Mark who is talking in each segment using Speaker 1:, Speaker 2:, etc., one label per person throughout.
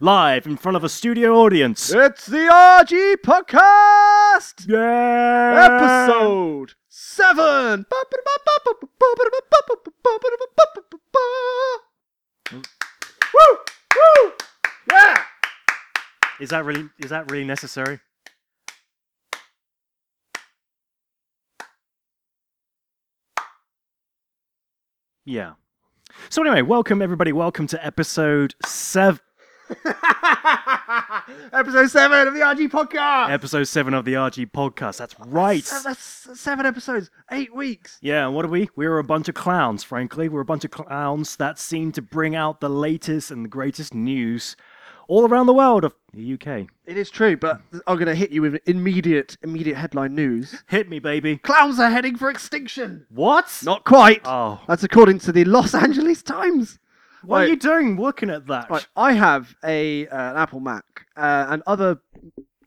Speaker 1: live in front of a studio audience.
Speaker 2: It's the RG Podcast
Speaker 1: Yeah!
Speaker 2: episode seven. Woo! Woo! Yeah!
Speaker 1: Is that really is that really necessary? Yeah. So anyway, welcome everybody. Welcome to episode seven,
Speaker 2: episode seven of the RG Podcast.
Speaker 1: episode seven of the RG podcast. That's right.
Speaker 2: Se- That's seven episodes, eight weeks.
Speaker 1: Yeah, and what are we? We were a bunch of clowns, frankly. We were a bunch of clowns that seemed to bring out the latest and the greatest news all around the world of the UK.
Speaker 2: It is true, but I'm going to hit you with immediate, immediate headline news.
Speaker 1: Hit me, baby.
Speaker 2: Clowns are heading for extinction.
Speaker 1: What?
Speaker 2: Not quite.
Speaker 1: Oh,
Speaker 2: That's according to the Los Angeles Times.
Speaker 1: what
Speaker 2: Right.
Speaker 1: are you doing looking at that?
Speaker 2: Right, I have a uh, an Apple Mac uh, and other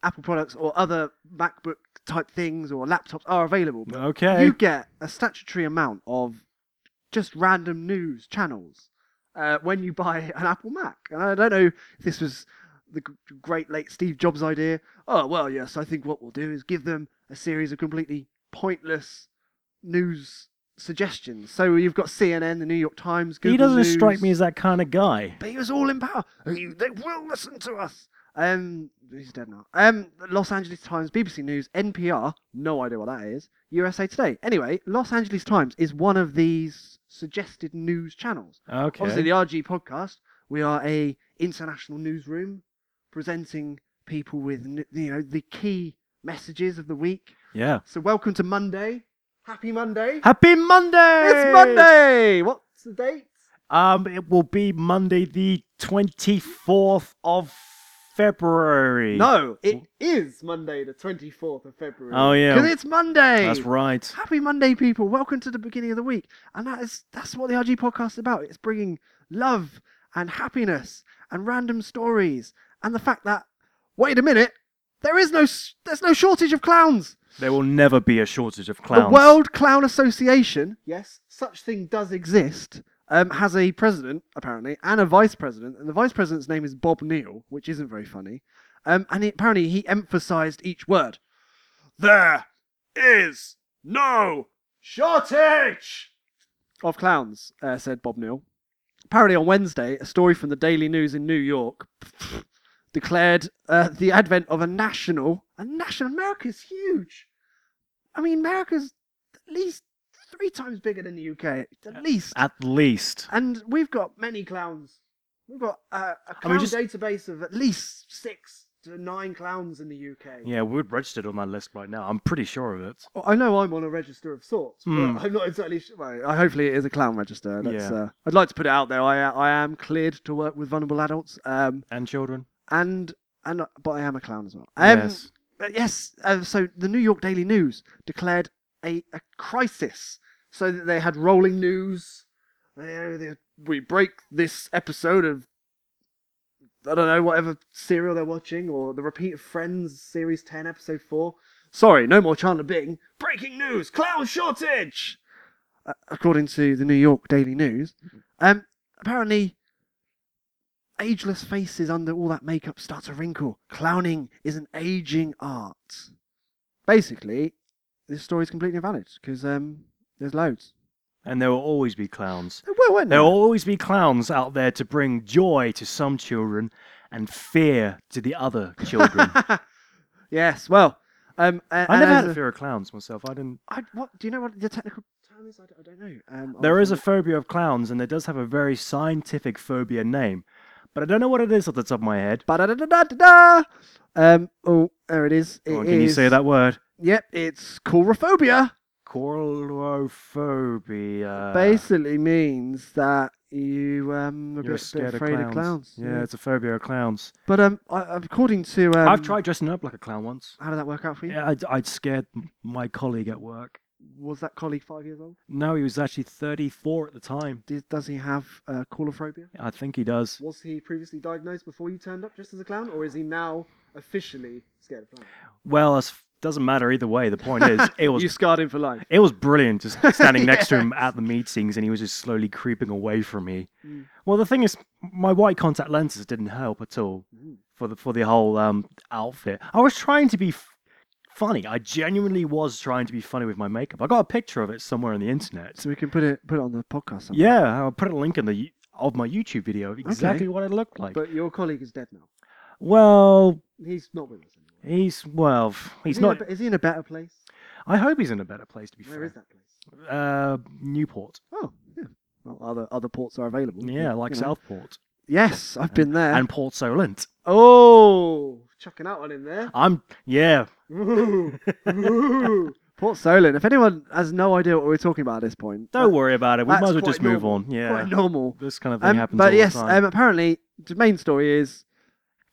Speaker 2: Apple products or other MacBook type things or laptops are available. But
Speaker 1: Okay.
Speaker 2: You get a statutory amount of just random news channels uh, when you buy an Apple Mac, and I don't know if this was the g- great late Steve Jobs idea. Oh well, yes, I think what we'll do is give them a series of completely pointless news suggestions. So you've got CNN, the New York Times, Google
Speaker 1: he doesn't
Speaker 2: News
Speaker 1: strike me as that kind of guy.
Speaker 2: but he was all in power. He- they will listen to us. Um, he's dead now. Um, Los Angeles Times, BBC News, NPR, no idea what that is. USA Today. Anyway, Los Angeles Times is one of these suggested news channels.
Speaker 1: Okay.
Speaker 2: Obviously, the RG podcast. We are a international newsroom, presenting people with n- you know the key messages of the week.
Speaker 1: yeah.
Speaker 2: So welcome to Monday. Happy Monday.
Speaker 1: Happy Monday!
Speaker 2: It's Monday. What's the date?
Speaker 1: Um, it will be Monday, the twenty-fourth of February.
Speaker 2: No, it is Monday, the 24th of February.
Speaker 1: Oh, yeah.
Speaker 2: Because it's Monday.
Speaker 1: that's right.
Speaker 2: Happy Monday, people. Welcome to the beginning of the week. And that is that's what the RG podcast is about. It's bringing love and happiness and random stories and the fact that wait a minute, there is no s- there's no shortage of clowns.
Speaker 1: There will never be a shortage of clowns.
Speaker 2: The World Clown Association, yes, such thing does exist, um, has a president, apparently, and a vice president. And the vice president's name is Bob Neal, which isn't very funny. Um, and he, apparently he emphasized each word. There is no shortage of clowns, uh, said Bob Neal. Apparently on Wednesday, a story from the Daily News in New York declared uh, the advent of a national, a national, America's huge. I mean, America's at least three times bigger than the UK, at least.
Speaker 1: At least.
Speaker 2: And we've got many clowns. We've got uh, a
Speaker 1: I
Speaker 2: clown
Speaker 1: mean, just-
Speaker 2: database of at least six to nine clowns in the UK.
Speaker 1: Yeah, we're registered on that list right now. I'm pretty sure of it.
Speaker 2: Well, Oh, I know I'm on a register of sorts, but
Speaker 1: Hmm.
Speaker 2: I'm not exactly sure. Well, I- hopefully, it is a clown register. That's,
Speaker 1: Yeah.
Speaker 2: uh, I'd like to put it out there. I uh, I am cleared to work with vulnerable adults, um,
Speaker 1: And children.
Speaker 2: and and but I am a clown as well. Um,
Speaker 1: yes.
Speaker 2: But yes, uh, so the New York Daily News declared a, a crisis so that they had rolling news. They, uh, they, we break this episode of, I don't know, whatever serial they're watching, or the repeat of Friends, Series 10, Episode 4. Sorry, no more Chandler Bing. Breaking news! Clown shortage! Uh, according to the New York Daily News. Um, apparently, ageless faces under all that makeup start to wrinkle. Clowning is an aging art. Basically, this story is completely invalid because um, there's loads.
Speaker 1: And there will always be clowns.
Speaker 2: There were, weren't
Speaker 1: There
Speaker 2: there?
Speaker 1: will always be clowns out there to bring joy to some children and fear to the other children.
Speaker 2: yes. Well, um, a-
Speaker 1: I
Speaker 2: and
Speaker 1: never
Speaker 2: as
Speaker 1: had a
Speaker 2: a-
Speaker 1: fear of clowns myself. I didn't.
Speaker 2: I- what do you know? What the technical term is? I don't, I don't know. Um, I'll
Speaker 1: There is a
Speaker 2: find
Speaker 1: phobia of clowns, and it does have a very scientific phobia name, but I don't know what it is off the top of my head.
Speaker 2: it. Ba-da-da-da-da-da! Um. Oh, there it is. It
Speaker 1: Come on, can you say
Speaker 2: is-
Speaker 1: that word?
Speaker 2: Yep. It's chorophobia.
Speaker 1: Coralophobia.
Speaker 2: Basically means that you um are a
Speaker 1: You're
Speaker 2: bit,
Speaker 1: scared
Speaker 2: bit afraid
Speaker 1: of clowns.
Speaker 2: Yeah.
Speaker 1: Yeah, it's a phobia of clowns.
Speaker 2: But um, I, according to um,
Speaker 1: I've tried dressing up like a clown once.
Speaker 2: How did that work out for you?
Speaker 1: Yeah, I'd, I'd scared m- my colleague at work.
Speaker 2: was that colleague five years old?
Speaker 1: No, he was actually 34 at the time.
Speaker 2: Does, does he have uh, callophobia?
Speaker 1: I think he does.
Speaker 2: Was he previously diagnosed before you turned up just as a clown, or is he now officially scared of clowns?
Speaker 1: Well, it doesn't matter either way. The point is, it was
Speaker 2: you scarred him for life.
Speaker 1: It was brilliant just standing next to him at the meetings and he was just slowly creeping away from me.
Speaker 2: Mm.
Speaker 1: Well, the thing is, my white contact lenses didn't help at all
Speaker 2: Mm.
Speaker 1: for the for the whole um, outfit. I was trying to be f- funny. I genuinely was trying to be funny with my makeup. I got a picture of it somewhere on the internet.
Speaker 2: So we can put it put it on the podcast. somehow.
Speaker 1: Yeah, I'll put a link in the y- of my YouTube video of exactly what it looked like.
Speaker 2: But your colleague is dead now.
Speaker 1: well,
Speaker 2: He's not with us anymore.
Speaker 1: he's well, f- he's
Speaker 2: is he in a
Speaker 1: not.
Speaker 2: be- is he in a better place?
Speaker 1: I hope he's in a better place to be
Speaker 2: Where
Speaker 1: fair.
Speaker 2: is that place?
Speaker 1: Uh, Newport.
Speaker 2: Oh, yeah. Well, other other ports are available.
Speaker 1: Yeah, like
Speaker 2: Mm, you know. Eh.
Speaker 1: Southport
Speaker 2: Yes, I've been there.
Speaker 1: and Port Solent.
Speaker 2: oh, chucking out on him there.
Speaker 1: I'm yeah.
Speaker 2: Ooh, ooh. Port Solent. If anyone has no idea what we're talking about at this point,
Speaker 1: Don't worry about it. We
Speaker 2: that's
Speaker 1: might as well
Speaker 2: quite
Speaker 1: just move
Speaker 2: normal.
Speaker 1: on. Yeah,
Speaker 2: quite normal.
Speaker 1: this kind of thing
Speaker 2: Um,
Speaker 1: happens.
Speaker 2: but
Speaker 1: all
Speaker 2: yes,
Speaker 1: the time.
Speaker 2: um, apparently the main story is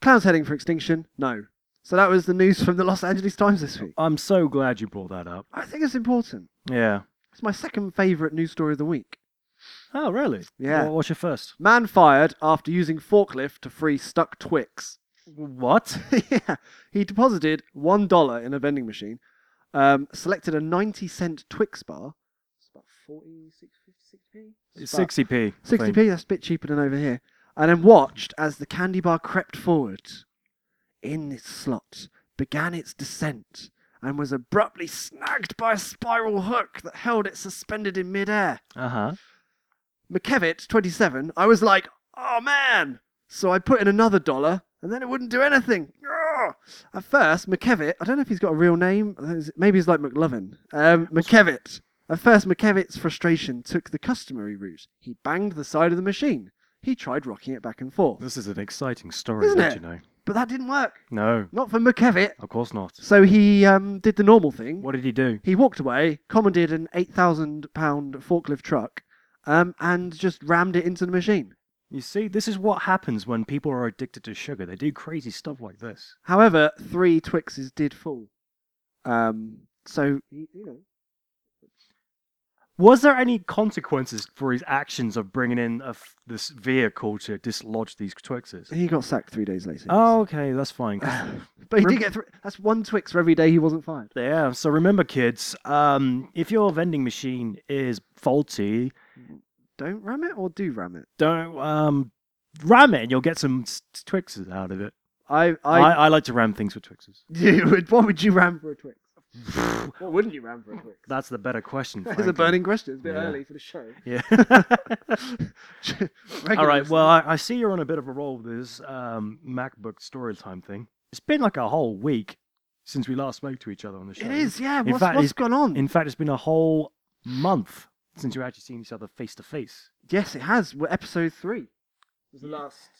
Speaker 2: clowns heading for extinction. No, so that was the news from the Los Angeles Times this week.
Speaker 1: I'm so glad you brought that up.
Speaker 2: I think it's important.
Speaker 1: Yeah.
Speaker 2: It's my second favorite news story of the week.
Speaker 1: Oh, really?
Speaker 2: Yeah.
Speaker 1: Wha- what's your first?
Speaker 2: Man fired after using forklift to free stuck Twix.
Speaker 1: What?
Speaker 2: yeah, he deposited one dollar in a vending machine, um, selected a ninety cent Twix bar. It's about 40, 60p.
Speaker 1: It's 60p. I
Speaker 2: Sixty
Speaker 1: think.
Speaker 2: p. That's a bit cheaper than over here. And then watched as the candy bar crept forward, in its slot, began its descent, and was abruptly snagged by a spiral hook that held it suspended in midair.
Speaker 1: Uh huh.
Speaker 2: McKevitt, twenty-seven. I was like, oh man! So I put in another dollar, and then it wouldn't do anything. Ugh. At first, McKevitt. I don't know if he's got a real name. I think it's- Maybe he's like McLovin. Um, McKevitt. At first, McKevitt's frustration took the customary route. He banged the side of the machine. He tried rocking it back and forth,
Speaker 1: This is an exciting story,
Speaker 2: Isn't
Speaker 1: don't
Speaker 2: it?
Speaker 1: you know?
Speaker 2: but that didn't work.
Speaker 1: No,
Speaker 2: Not for McKevitt.
Speaker 1: of course not.
Speaker 2: So he um, did the normal thing.
Speaker 1: What did he do?
Speaker 2: He walked away, commandeered an eight thousand pound forklift truck, um, and just rammed it into the machine.
Speaker 1: You see, this is what happens when people are addicted to sugar. They do crazy stuff like this.
Speaker 2: However, three Twixes did fall. Um, so you you know,
Speaker 1: Was there any consequences for his actions of bringing in a f- this vehicle to dislodge these Twixes?
Speaker 2: he got sacked three days later.
Speaker 1: Oh, okay, that's fine. 'cause
Speaker 2: but he
Speaker 1: Rem-
Speaker 2: did get three. That's one Twix for every day he wasn't fired.
Speaker 1: Yeah, so remember, kids, um, if your vending machine is faulty,
Speaker 2: Don't ram it or do ram it.
Speaker 1: don't um, ram it and you'll get some s- Twixes out of it.
Speaker 2: I,
Speaker 1: I,
Speaker 2: I,
Speaker 1: I, like to ram things with Twixes.
Speaker 2: you would. What would you ram for a Twix? What wouldn't you ram for a Twix?
Speaker 1: That's the better question.
Speaker 2: It's a
Speaker 1: frankly.
Speaker 2: burning question. It's a bit
Speaker 1: Yeah.
Speaker 2: early for the show.
Speaker 1: Yeah.
Speaker 2: Regular
Speaker 1: All right,
Speaker 2: listener.
Speaker 1: well, I, I see you're on a bit of a roll with this um, MacBook story time thing. It's been like a whole week since we last spoke to each other on the show.
Speaker 2: it is. Yeah.
Speaker 1: In
Speaker 2: What's,
Speaker 1: fact,
Speaker 2: what's
Speaker 1: it's-
Speaker 2: gone on?
Speaker 1: In fact, it's been a whole month since you've actually seen each other face to face.
Speaker 2: Yes, it has. We're episode three. It was the last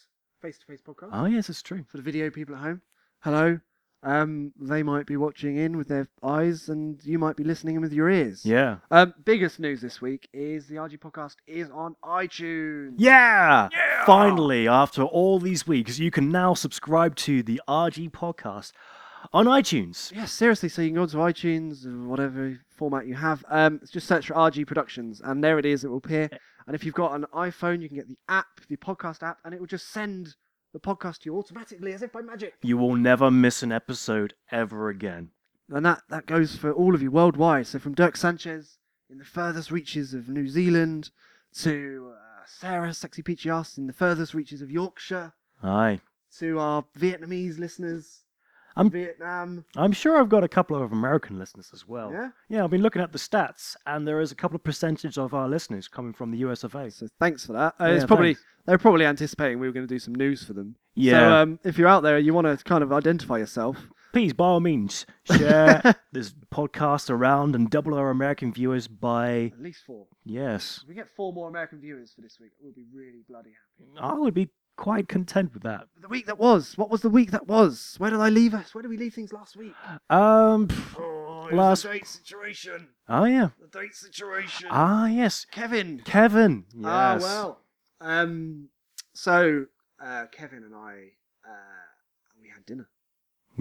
Speaker 2: face-to-face podcast.
Speaker 1: Oh, yes, it's true.
Speaker 2: for the video people at home. Hello. Um, they might be watching in with their eyes, and you might be listening in with your ears.
Speaker 1: Yeah.
Speaker 2: Um, biggest news this week is the RG podcast is on iTunes.
Speaker 1: Yeah!
Speaker 2: Yeah!
Speaker 1: Finally, after all these weeks, you can now subscribe to the RG podcast on iTunes.
Speaker 2: Yeah, seriously. So you can go to iTunes, or whatever format you have. Um, just search for RG Productions, and there it is. It will appear. And if you've got an iPhone, you can get the app, the podcast app, and it will just send the podcast to you automatically, as if by magic.
Speaker 1: You will never miss an episode ever again.
Speaker 2: And that, that goes for all of you worldwide. So from Dirk Sanchez in the furthest reaches of New Zealand to uh, Sarah Sexy Peachy Ass in the furthest reaches of Yorkshire
Speaker 1: Aye.
Speaker 2: to our Vietnamese listeners,
Speaker 1: I'm-
Speaker 2: Vietnam.
Speaker 1: I'm sure I've got a couple of American listeners as well.
Speaker 2: Yeah.
Speaker 1: Yeah, I've been looking at the stats, and there is a couple of percentage of our listeners coming from the US of A.
Speaker 2: So thanks for that. Uh,
Speaker 1: Yeah,
Speaker 2: it's probably
Speaker 1: thanks.
Speaker 2: they're probably anticipating we were going to do some news for them. So
Speaker 1: Yeah.
Speaker 2: um, if you're out there, you want to kind of identify yourself.
Speaker 1: Please, by all means, share this podcast around and double our American viewers by,
Speaker 2: At least four.
Speaker 1: yes,
Speaker 2: If we get four more American viewers for this week, we'll be really bloody happy.
Speaker 1: I would be quite content with that.
Speaker 2: The week that was. What was the week that was? Where did I leave us? Where did we leave things last week?
Speaker 1: Um, pff,
Speaker 2: Oh,
Speaker 1: it was
Speaker 2: the
Speaker 1: the
Speaker 2: date situation.
Speaker 1: oh, yeah.
Speaker 2: The date situation.
Speaker 1: Ah, yes.
Speaker 2: Kevin.
Speaker 1: Kevin. Yes.
Speaker 2: Ah, well. Um, so uh, Kevin and I, uh, we had dinner.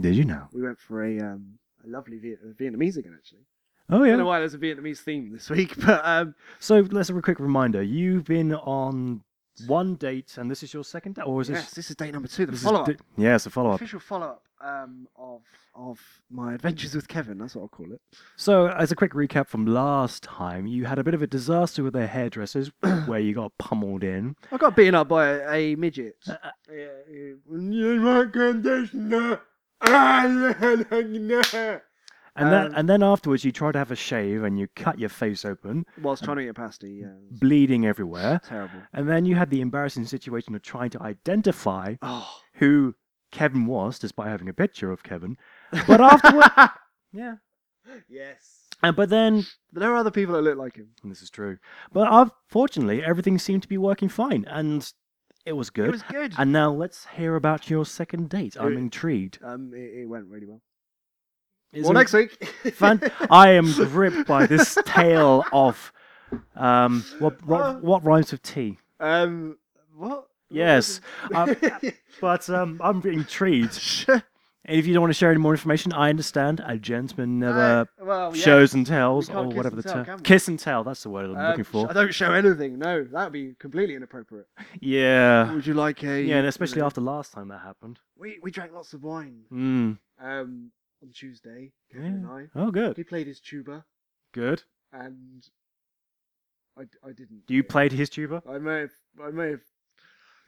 Speaker 1: Did you know?
Speaker 2: We went for a um, a lovely Viet- Vietnamese again, actually.
Speaker 1: Oh
Speaker 2: I don't
Speaker 1: yeah.
Speaker 2: know why there's a Vietnamese theme this week, but um,
Speaker 1: So let's have a quick reminder. You've been on one date, and this is your second date, or is
Speaker 2: yes,
Speaker 1: this?
Speaker 2: this is date number two, the
Speaker 1: this is
Speaker 2: follow up.
Speaker 1: di- yeah, it's a follow up.
Speaker 2: Official follow up um, of, of my adventures with Kevin, that's what I'll call it.
Speaker 1: So, as a quick recap from last time, you had a bit of a disaster with their hairdressers, where you got pummeled in.
Speaker 2: I got beaten up by a, a midget.
Speaker 1: Uh,
Speaker 2: Yeah, you- you want conditioner? Ah, no, no, no.
Speaker 1: And then,
Speaker 2: Um,
Speaker 1: and then afterwards, you tried to have a shave and you cut your face open,
Speaker 2: Whilst trying to get past the yeah,
Speaker 1: bleeding everywhere.
Speaker 2: terrible.
Speaker 1: And then you had the embarrassing situation of trying to identify
Speaker 2: Oh,
Speaker 1: who Kevin was, despite having a picture of Kevin. But afterward, yeah.
Speaker 2: yes.
Speaker 1: And but then
Speaker 2: There are other people that look like him.
Speaker 1: and this is true. But unfortunately, everything seemed to be working fine, and it was good.
Speaker 2: It was good.
Speaker 1: And now let's hear about your second date. I'm
Speaker 2: Uh,
Speaker 1: intrigued.
Speaker 2: um, it, it went really well.
Speaker 1: Is
Speaker 2: well,
Speaker 1: it-
Speaker 2: next week.
Speaker 1: Fan- I am gripped by this tale of um, what,
Speaker 2: Uh.
Speaker 1: what what rhymes with tea.
Speaker 2: um, what?
Speaker 1: Yes, um, but um, I'm intrigued. And if you don't want to share any more information, I understand. A gentleman never
Speaker 2: well, Oh, yeah.
Speaker 1: shows and tells,
Speaker 2: We can't
Speaker 1: or
Speaker 2: kiss
Speaker 1: whatever
Speaker 2: and
Speaker 1: the
Speaker 2: tell,
Speaker 1: term.
Speaker 2: can we?
Speaker 1: Kiss and tell. That's the word I'm
Speaker 2: Um,
Speaker 1: looking for.
Speaker 2: I don't show anything. No, that would be completely inappropriate.
Speaker 1: Yeah,
Speaker 2: Would you like a?
Speaker 1: Uh,
Speaker 2: uh,
Speaker 1: yeah, and especially after last time that happened.
Speaker 2: we we drank lots of wine.
Speaker 1: Mm.
Speaker 2: Um, on Tuesday, Kevin
Speaker 1: Yeah.
Speaker 2: and I.
Speaker 1: Oh, good,
Speaker 2: He played his tuba,
Speaker 1: good.
Speaker 2: and I, I didn't.
Speaker 1: You played his tuba.
Speaker 2: I may have, I may have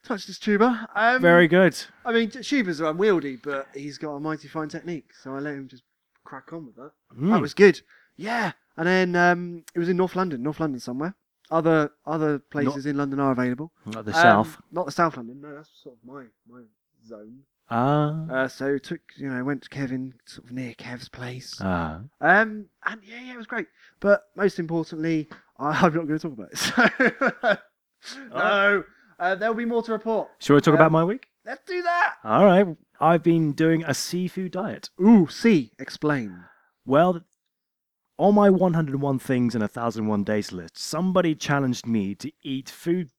Speaker 2: touched his tuba. Um,
Speaker 1: Very good.
Speaker 2: I mean, t- tubas are unwieldy, but he's got a mighty fine technique, so I let him just crack on with that. That
Speaker 1: Mm.
Speaker 2: was good. Yeah, and then um, it was in North London, North London somewhere. Other other places in London are available.
Speaker 1: Not the
Speaker 2: Um,
Speaker 1: south.
Speaker 2: not the South London. No, that's sort of my my zone.
Speaker 1: Ah,
Speaker 2: Uh, so took you know went to Kevin sort of near Kev's place.
Speaker 1: ah.
Speaker 2: Um, and yeah, yeah, it was great. But most importantly, I, I'm not going to talk about it. So, no, uh, there'll be more to report.
Speaker 1: Shall we talk
Speaker 2: um,
Speaker 1: about my week?
Speaker 2: Let's do that.
Speaker 1: All right. I've been doing a seafood diet.
Speaker 2: Ooh, see, explain.
Speaker 1: Well, on my 101 things in a 1001 days list, somebody challenged me to eat food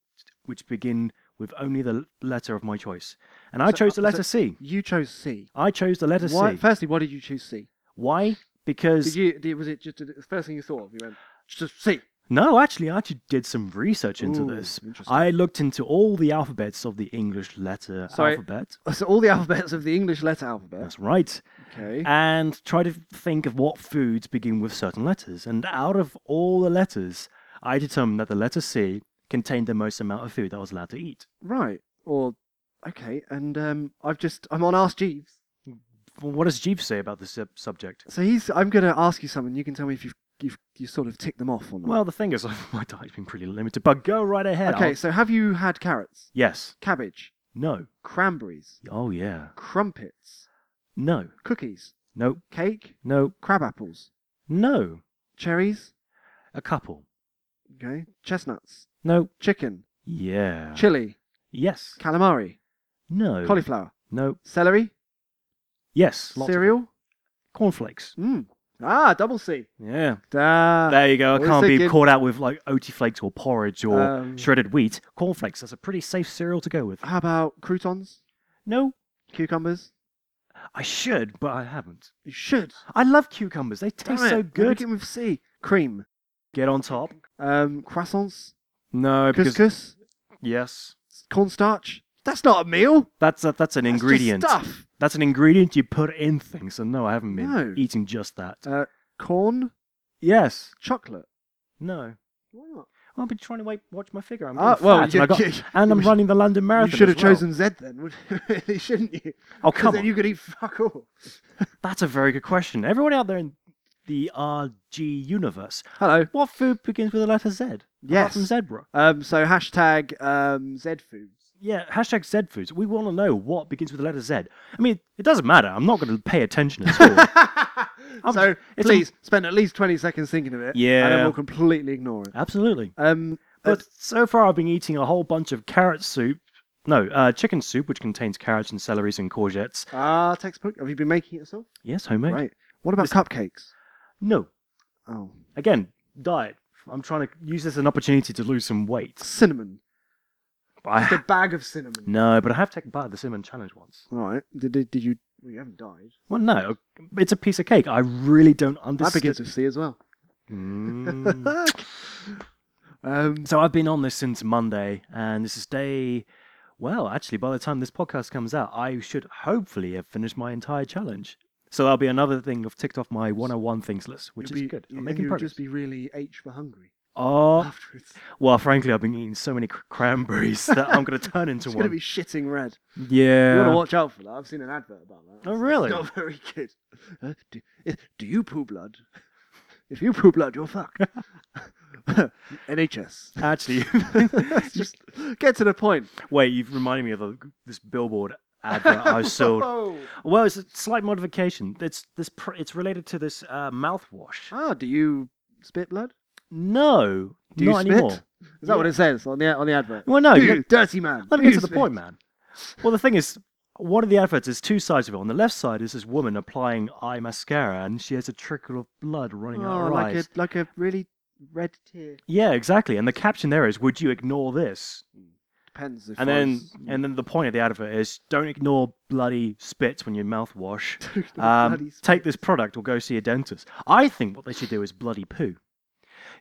Speaker 1: which begin with only the letter of my choice. And I
Speaker 2: So-
Speaker 1: chose the
Speaker 2: so-
Speaker 1: letter C.
Speaker 2: You chose C.
Speaker 1: I chose the letter
Speaker 2: Why,
Speaker 1: C.
Speaker 2: firstly, why did you choose C?
Speaker 1: Why? Because
Speaker 2: Did you? Did, was it just the first thing you thought of? You went just C.
Speaker 1: No, actually, I actually did some research into
Speaker 2: Ooh,
Speaker 1: this.
Speaker 2: interesting.
Speaker 1: I looked into all the alphabets of the English letter
Speaker 2: Sorry.
Speaker 1: alphabet.
Speaker 2: So all the alphabets of the English letter alphabet.
Speaker 1: That's right.
Speaker 2: Okay.
Speaker 1: And try to think of what foods begin with certain letters. And out of all the letters, I determined that the letter C contained the most amount of food I was allowed to eat.
Speaker 2: Right. Or okay. And um, I've just I'm on Ask Jeeves.
Speaker 1: Well, what does Jeeves say about this sub- subject?
Speaker 2: So he's. I'm going to ask you something. You can tell me if you've you've you sort of ticked them off or not.
Speaker 1: Well, the thing is, my diet's been pretty limited, but go right ahead.
Speaker 2: okay.
Speaker 1: I'll-
Speaker 2: So have you had carrots,
Speaker 1: Yes.
Speaker 2: cabbage,
Speaker 1: No.
Speaker 2: cranberries,
Speaker 1: Oh, yeah.
Speaker 2: crumpets,
Speaker 1: No.
Speaker 2: cookies,
Speaker 1: Nope.
Speaker 2: cake,
Speaker 1: Nope.
Speaker 2: crab apples,
Speaker 1: No.
Speaker 2: cherries,
Speaker 1: A couple.
Speaker 2: okay, chestnuts,
Speaker 1: Nope.
Speaker 2: chicken,
Speaker 1: Yeah.
Speaker 2: chili,
Speaker 1: yes.
Speaker 2: calamari,
Speaker 1: No.
Speaker 2: cauliflower,
Speaker 1: Nope.
Speaker 2: celery,
Speaker 1: Yes. lots of
Speaker 2: cereal.
Speaker 1: it. Cornflakes.
Speaker 2: Mm. Ah, double C.
Speaker 1: Yeah.
Speaker 2: Da.
Speaker 1: There you go. I
Speaker 2: Well,
Speaker 1: can't
Speaker 2: it's a
Speaker 1: be
Speaker 2: good-
Speaker 1: caught out with like oaty flakes or porridge or
Speaker 2: Um,
Speaker 1: shredded wheat. Cornflakes. That's a pretty safe cereal to go with.
Speaker 2: How about croutons,
Speaker 1: No,
Speaker 2: cucumbers?
Speaker 1: I should, but I haven't.
Speaker 2: You should.
Speaker 1: I love cucumbers. They
Speaker 2: Damn
Speaker 1: taste
Speaker 2: it.
Speaker 1: so
Speaker 2: Why did I
Speaker 1: good.
Speaker 2: Begin with C. Cream.
Speaker 1: Get on top.
Speaker 2: Um, croissants.
Speaker 1: No, Oh, because
Speaker 2: Couscous.
Speaker 1: yes,
Speaker 2: Cornstarch. That's not a meal.
Speaker 1: that's a, that's an
Speaker 2: That's just
Speaker 1: ingredient.
Speaker 2: stuff.
Speaker 1: That's an ingredient you put in things. So no, I haven't been
Speaker 2: No.
Speaker 1: eating just that.
Speaker 2: Uh, corn.
Speaker 1: yes.
Speaker 2: Chocolate.
Speaker 1: No.
Speaker 2: Why not?
Speaker 1: Well, I've been trying to wait, watch my figure. I'm
Speaker 2: Ah,
Speaker 1: getting
Speaker 2: well,
Speaker 1: fat,
Speaker 2: you-
Speaker 1: and, I got-
Speaker 2: you-
Speaker 1: and I'm
Speaker 2: you-
Speaker 1: running the London Marathon.
Speaker 2: you should
Speaker 1: as
Speaker 2: have
Speaker 1: well.
Speaker 2: chosen Z then, wouldn't- really, shouldn't you?
Speaker 1: Oh
Speaker 2: 'Cause
Speaker 1: come on.
Speaker 2: then you could eat fuck all.
Speaker 1: That's a very good question. Everyone out there in the RG universe,
Speaker 2: Hello.
Speaker 1: what food begins with the letter Z? Apart
Speaker 2: Yes.
Speaker 1: from zebra.
Speaker 2: Um, so hashtag um, Z foods.
Speaker 1: Yeah, hashtag Z foods. We want to know what begins with the letter Z. I mean, it doesn't matter. I'm not going to pay attention at all.
Speaker 2: so
Speaker 1: it's a-
Speaker 2: please spend at least 20 seconds thinking of it. And
Speaker 1: Yeah.
Speaker 2: then we'll completely ignore it.
Speaker 1: Absolutely.
Speaker 2: Um,
Speaker 1: But so far, I've been eating a whole bunch of carrot soup. No, uh, chicken soup, which contains carrots and celeries and courgettes.
Speaker 2: Ah, textbook. Have you been making it yourself?
Speaker 1: Yes, homemade.
Speaker 2: Right. What about cupcakes?
Speaker 1: No.
Speaker 2: Oh,
Speaker 1: Again, diet. I'm trying to use this as an opportunity to lose some weight.
Speaker 2: cinnamon. Just
Speaker 1: I,
Speaker 2: a bag of cinnamon.
Speaker 1: no, but I have taken part of the cinnamon challenge once.
Speaker 2: All right. Did, did, did you? Well, you haven't died.
Speaker 1: Well, no, it's a piece of cake. I really don't
Speaker 2: That
Speaker 1: understand.
Speaker 2: begins with C as well.
Speaker 1: Mm.
Speaker 2: um,
Speaker 1: so I've been on this since Monday, and this is day. Well, actually, by the time this podcast comes out, I should hopefully have finished my entire challenge. So that'll be another thing I've ticked off my 101 things list, which
Speaker 2: you'll
Speaker 1: is
Speaker 2: be-
Speaker 1: good. I'm
Speaker 2: and
Speaker 1: making
Speaker 2: you'll
Speaker 1: progress.
Speaker 2: just be really H for hungry
Speaker 1: Oh,
Speaker 2: afterwards.
Speaker 1: well, frankly, I've been eating so many cr- cranberries that I'm going to turn into
Speaker 2: It's
Speaker 1: one.
Speaker 2: going to be shitting red. You want
Speaker 1: yeah.
Speaker 2: to watch out for that. I've seen an advert about that.
Speaker 1: Oh,
Speaker 2: It's
Speaker 1: really?
Speaker 2: Not very good. Uh, do, i- do you poo blood? If you poo blood, you're fucked. NHS.
Speaker 1: Actually,
Speaker 2: It's just get to the point.
Speaker 1: wait, you've reminded me of a, this billboard advert I sold.
Speaker 2: Oh.
Speaker 1: Well, it's a slight modification. It's this. Pr- it's related to this uh, mouthwash.
Speaker 2: Ah, do you spit blood?
Speaker 1: No,
Speaker 2: Do you
Speaker 1: not
Speaker 2: spit?
Speaker 1: anymore.
Speaker 2: Is that what it says on the on the advert?
Speaker 1: Well, no.
Speaker 2: do
Speaker 1: let-
Speaker 2: you, dirty man.
Speaker 1: Let me
Speaker 2: do
Speaker 1: get to
Speaker 2: you
Speaker 1: the
Speaker 2: spit?
Speaker 1: point, man. Well, the thing is, one of the adverts is two sides of it. On the left side is this woman applying eye mascara, and she has a trickle of blood running out
Speaker 2: Oh,
Speaker 1: her
Speaker 2: like a
Speaker 1: eyes.
Speaker 2: like a really red tear.
Speaker 1: Yeah, exactly. And the caption there is, "Would you ignore this?"
Speaker 2: Depends. If
Speaker 1: And
Speaker 2: I
Speaker 1: then,
Speaker 2: was-
Speaker 1: and then the point of the advert is, "Don't ignore bloody spits when you mouthwash."
Speaker 2: Don't
Speaker 1: Um,
Speaker 2: bloody spit.
Speaker 1: take this product or go see a dentist. I think what they should do is bloody poo.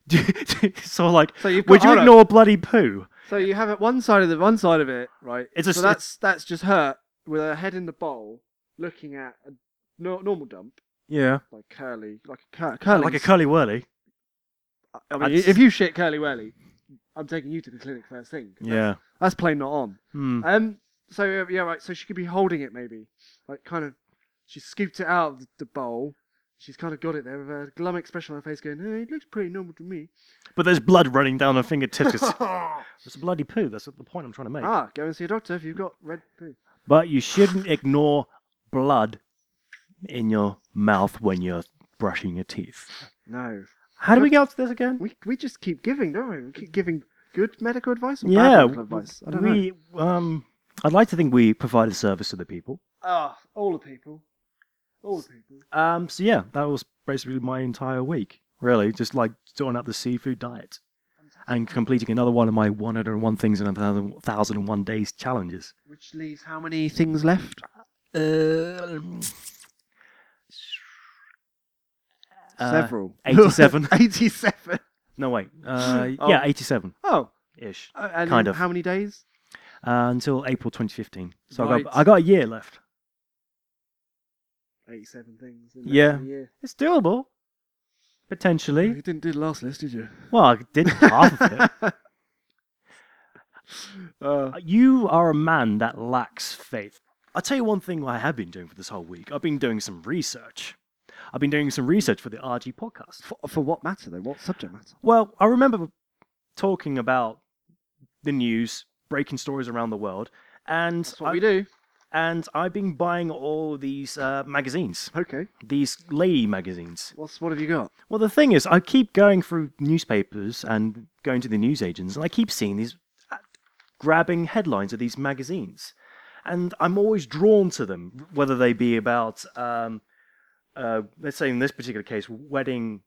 Speaker 1: so like,
Speaker 2: So you've
Speaker 1: would
Speaker 2: got-
Speaker 1: you
Speaker 2: hold on.
Speaker 1: ignore bloody poo?
Speaker 2: So you have it one side of the one side of it, right?
Speaker 1: It's a
Speaker 2: so
Speaker 1: s-
Speaker 2: that's that's just her with her head in the bowl, looking at a no, normal dump,
Speaker 1: Yeah,
Speaker 2: like curly, like a cur- curly.
Speaker 1: like a curly whirly.
Speaker 2: I mean,
Speaker 1: that's-
Speaker 2: if you shit curly welly, I'm taking you to the clinic first thing. 'cause that's-
Speaker 1: Yeah.
Speaker 2: that's plain not on.
Speaker 1: Hmm.
Speaker 2: Um. So uh, yeah, right. So she could be holding it maybe, like kind of. She scooped it out of the- the bowl. She's kind of got it there with a glum expression on her face, going, hey, "It looks pretty normal to me."
Speaker 1: But there's blood running down her fingertips. It's, it's bloody poo. That's the point I'm trying to make.
Speaker 2: ah, go and see a doctor if you've got red poo.
Speaker 1: But you shouldn't ignore blood in your mouth when you're brushing your teeth.
Speaker 2: No,
Speaker 1: How do we get up to this again?
Speaker 2: we we just keep giving, don't we? We keep giving good medical advice or
Speaker 1: Yeah,
Speaker 2: bad medical advice. I don't know.
Speaker 1: we um. I'd like to think we provide a service to the people.
Speaker 2: Ah, all the people, all the people.
Speaker 1: Um, so yeah, that was basically my entire week. Really, just like sorting out the seafood diet and completing another one of my 101 things in a thousand- 1001 days challenges.
Speaker 2: Which leaves how many things left?
Speaker 1: Uh, uh,
Speaker 2: Several.
Speaker 1: 87.
Speaker 2: Eighty-seven.
Speaker 1: no wait. Uh,
Speaker 2: Oh.
Speaker 1: yeah, 87
Speaker 2: Oh,
Speaker 1: ish
Speaker 2: uh, and
Speaker 1: Kind of.
Speaker 2: How many days?
Speaker 1: uh, until April 2015. So I
Speaker 2: Right.
Speaker 1: got I got a year left.
Speaker 2: Eighty-seven things. In
Speaker 1: Yeah.
Speaker 2: A year.
Speaker 1: It's doable, potentially.
Speaker 2: You didn't do the last list, did you?
Speaker 1: Well, I did half of it.
Speaker 2: Uh,
Speaker 1: You are a man that lacks faith. I'll tell you one thing I have been doing for this whole week. I've been doing some research. I've been doing some research for the RG podcast.
Speaker 2: for, for what matter though? What subject matter?
Speaker 1: Well, I remember talking about the news, breaking stories around the world, and
Speaker 2: That's what
Speaker 1: I,
Speaker 2: we do.
Speaker 1: and I've been buying all these uh, magazines,
Speaker 2: Okay.
Speaker 1: these lady magazines.
Speaker 2: What's what have you got?
Speaker 1: Well, the thing is, I keep going through newspapers and going to the newsagents, and I keep seeing these uh, grabbing headlines of these magazines, and I'm always drawn to them, whether they be about, um, uh, let's say in this particular case, wedding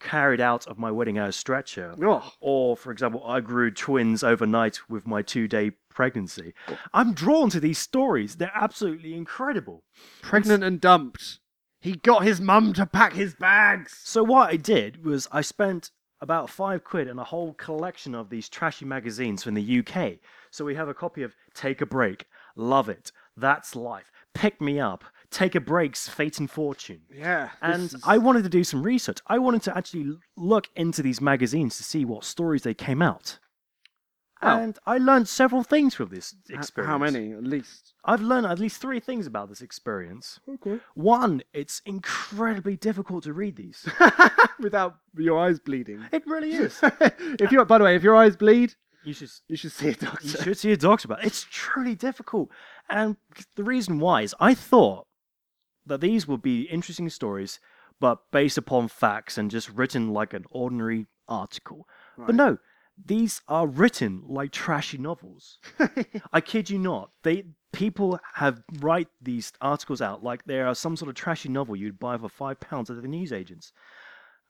Speaker 1: carried out of my wedding hour stretcher,
Speaker 2: Oh,
Speaker 1: or for example, I grew twins overnight with my two-day pregnancy. I'm drawn to these stories; they're absolutely incredible.
Speaker 2: pregnant and dumped. He got his mum to pack his bags.
Speaker 1: So what I did was I spent about five quid on a whole collection of these trashy magazines from the UK. So we have a copy of Take a Break, Love It, That's Life, Pick Me Up, Take a Break's Fate and Fortune.
Speaker 2: Yeah.
Speaker 1: And
Speaker 2: this is-
Speaker 1: I wanted to do some research. I wanted to actually l- look into these magazines to see what stories they came out.
Speaker 2: Wow.
Speaker 1: And I learned several things from this
Speaker 2: Oh. H-
Speaker 1: experience.
Speaker 2: uh, How many, at least?
Speaker 1: I've learned at least three things about this experience.
Speaker 2: Okay.
Speaker 1: One, it's incredibly difficult to read these.
Speaker 2: Without your eyes bleeding.
Speaker 1: It really is.
Speaker 2: if you, by the way, if your eyes bleed,
Speaker 1: You should
Speaker 2: you should see a
Speaker 1: you
Speaker 2: doctor.
Speaker 1: should see a doctor about it. It's truly difficult. And the reason why is I thought that these would be interesting stories, but based upon facts and just written like an ordinary article. But no, these are written like trashy novels. I kid you not. They people have write these articles out like they are some sort of trashy novel you'd buy for five pounds at the newsagents.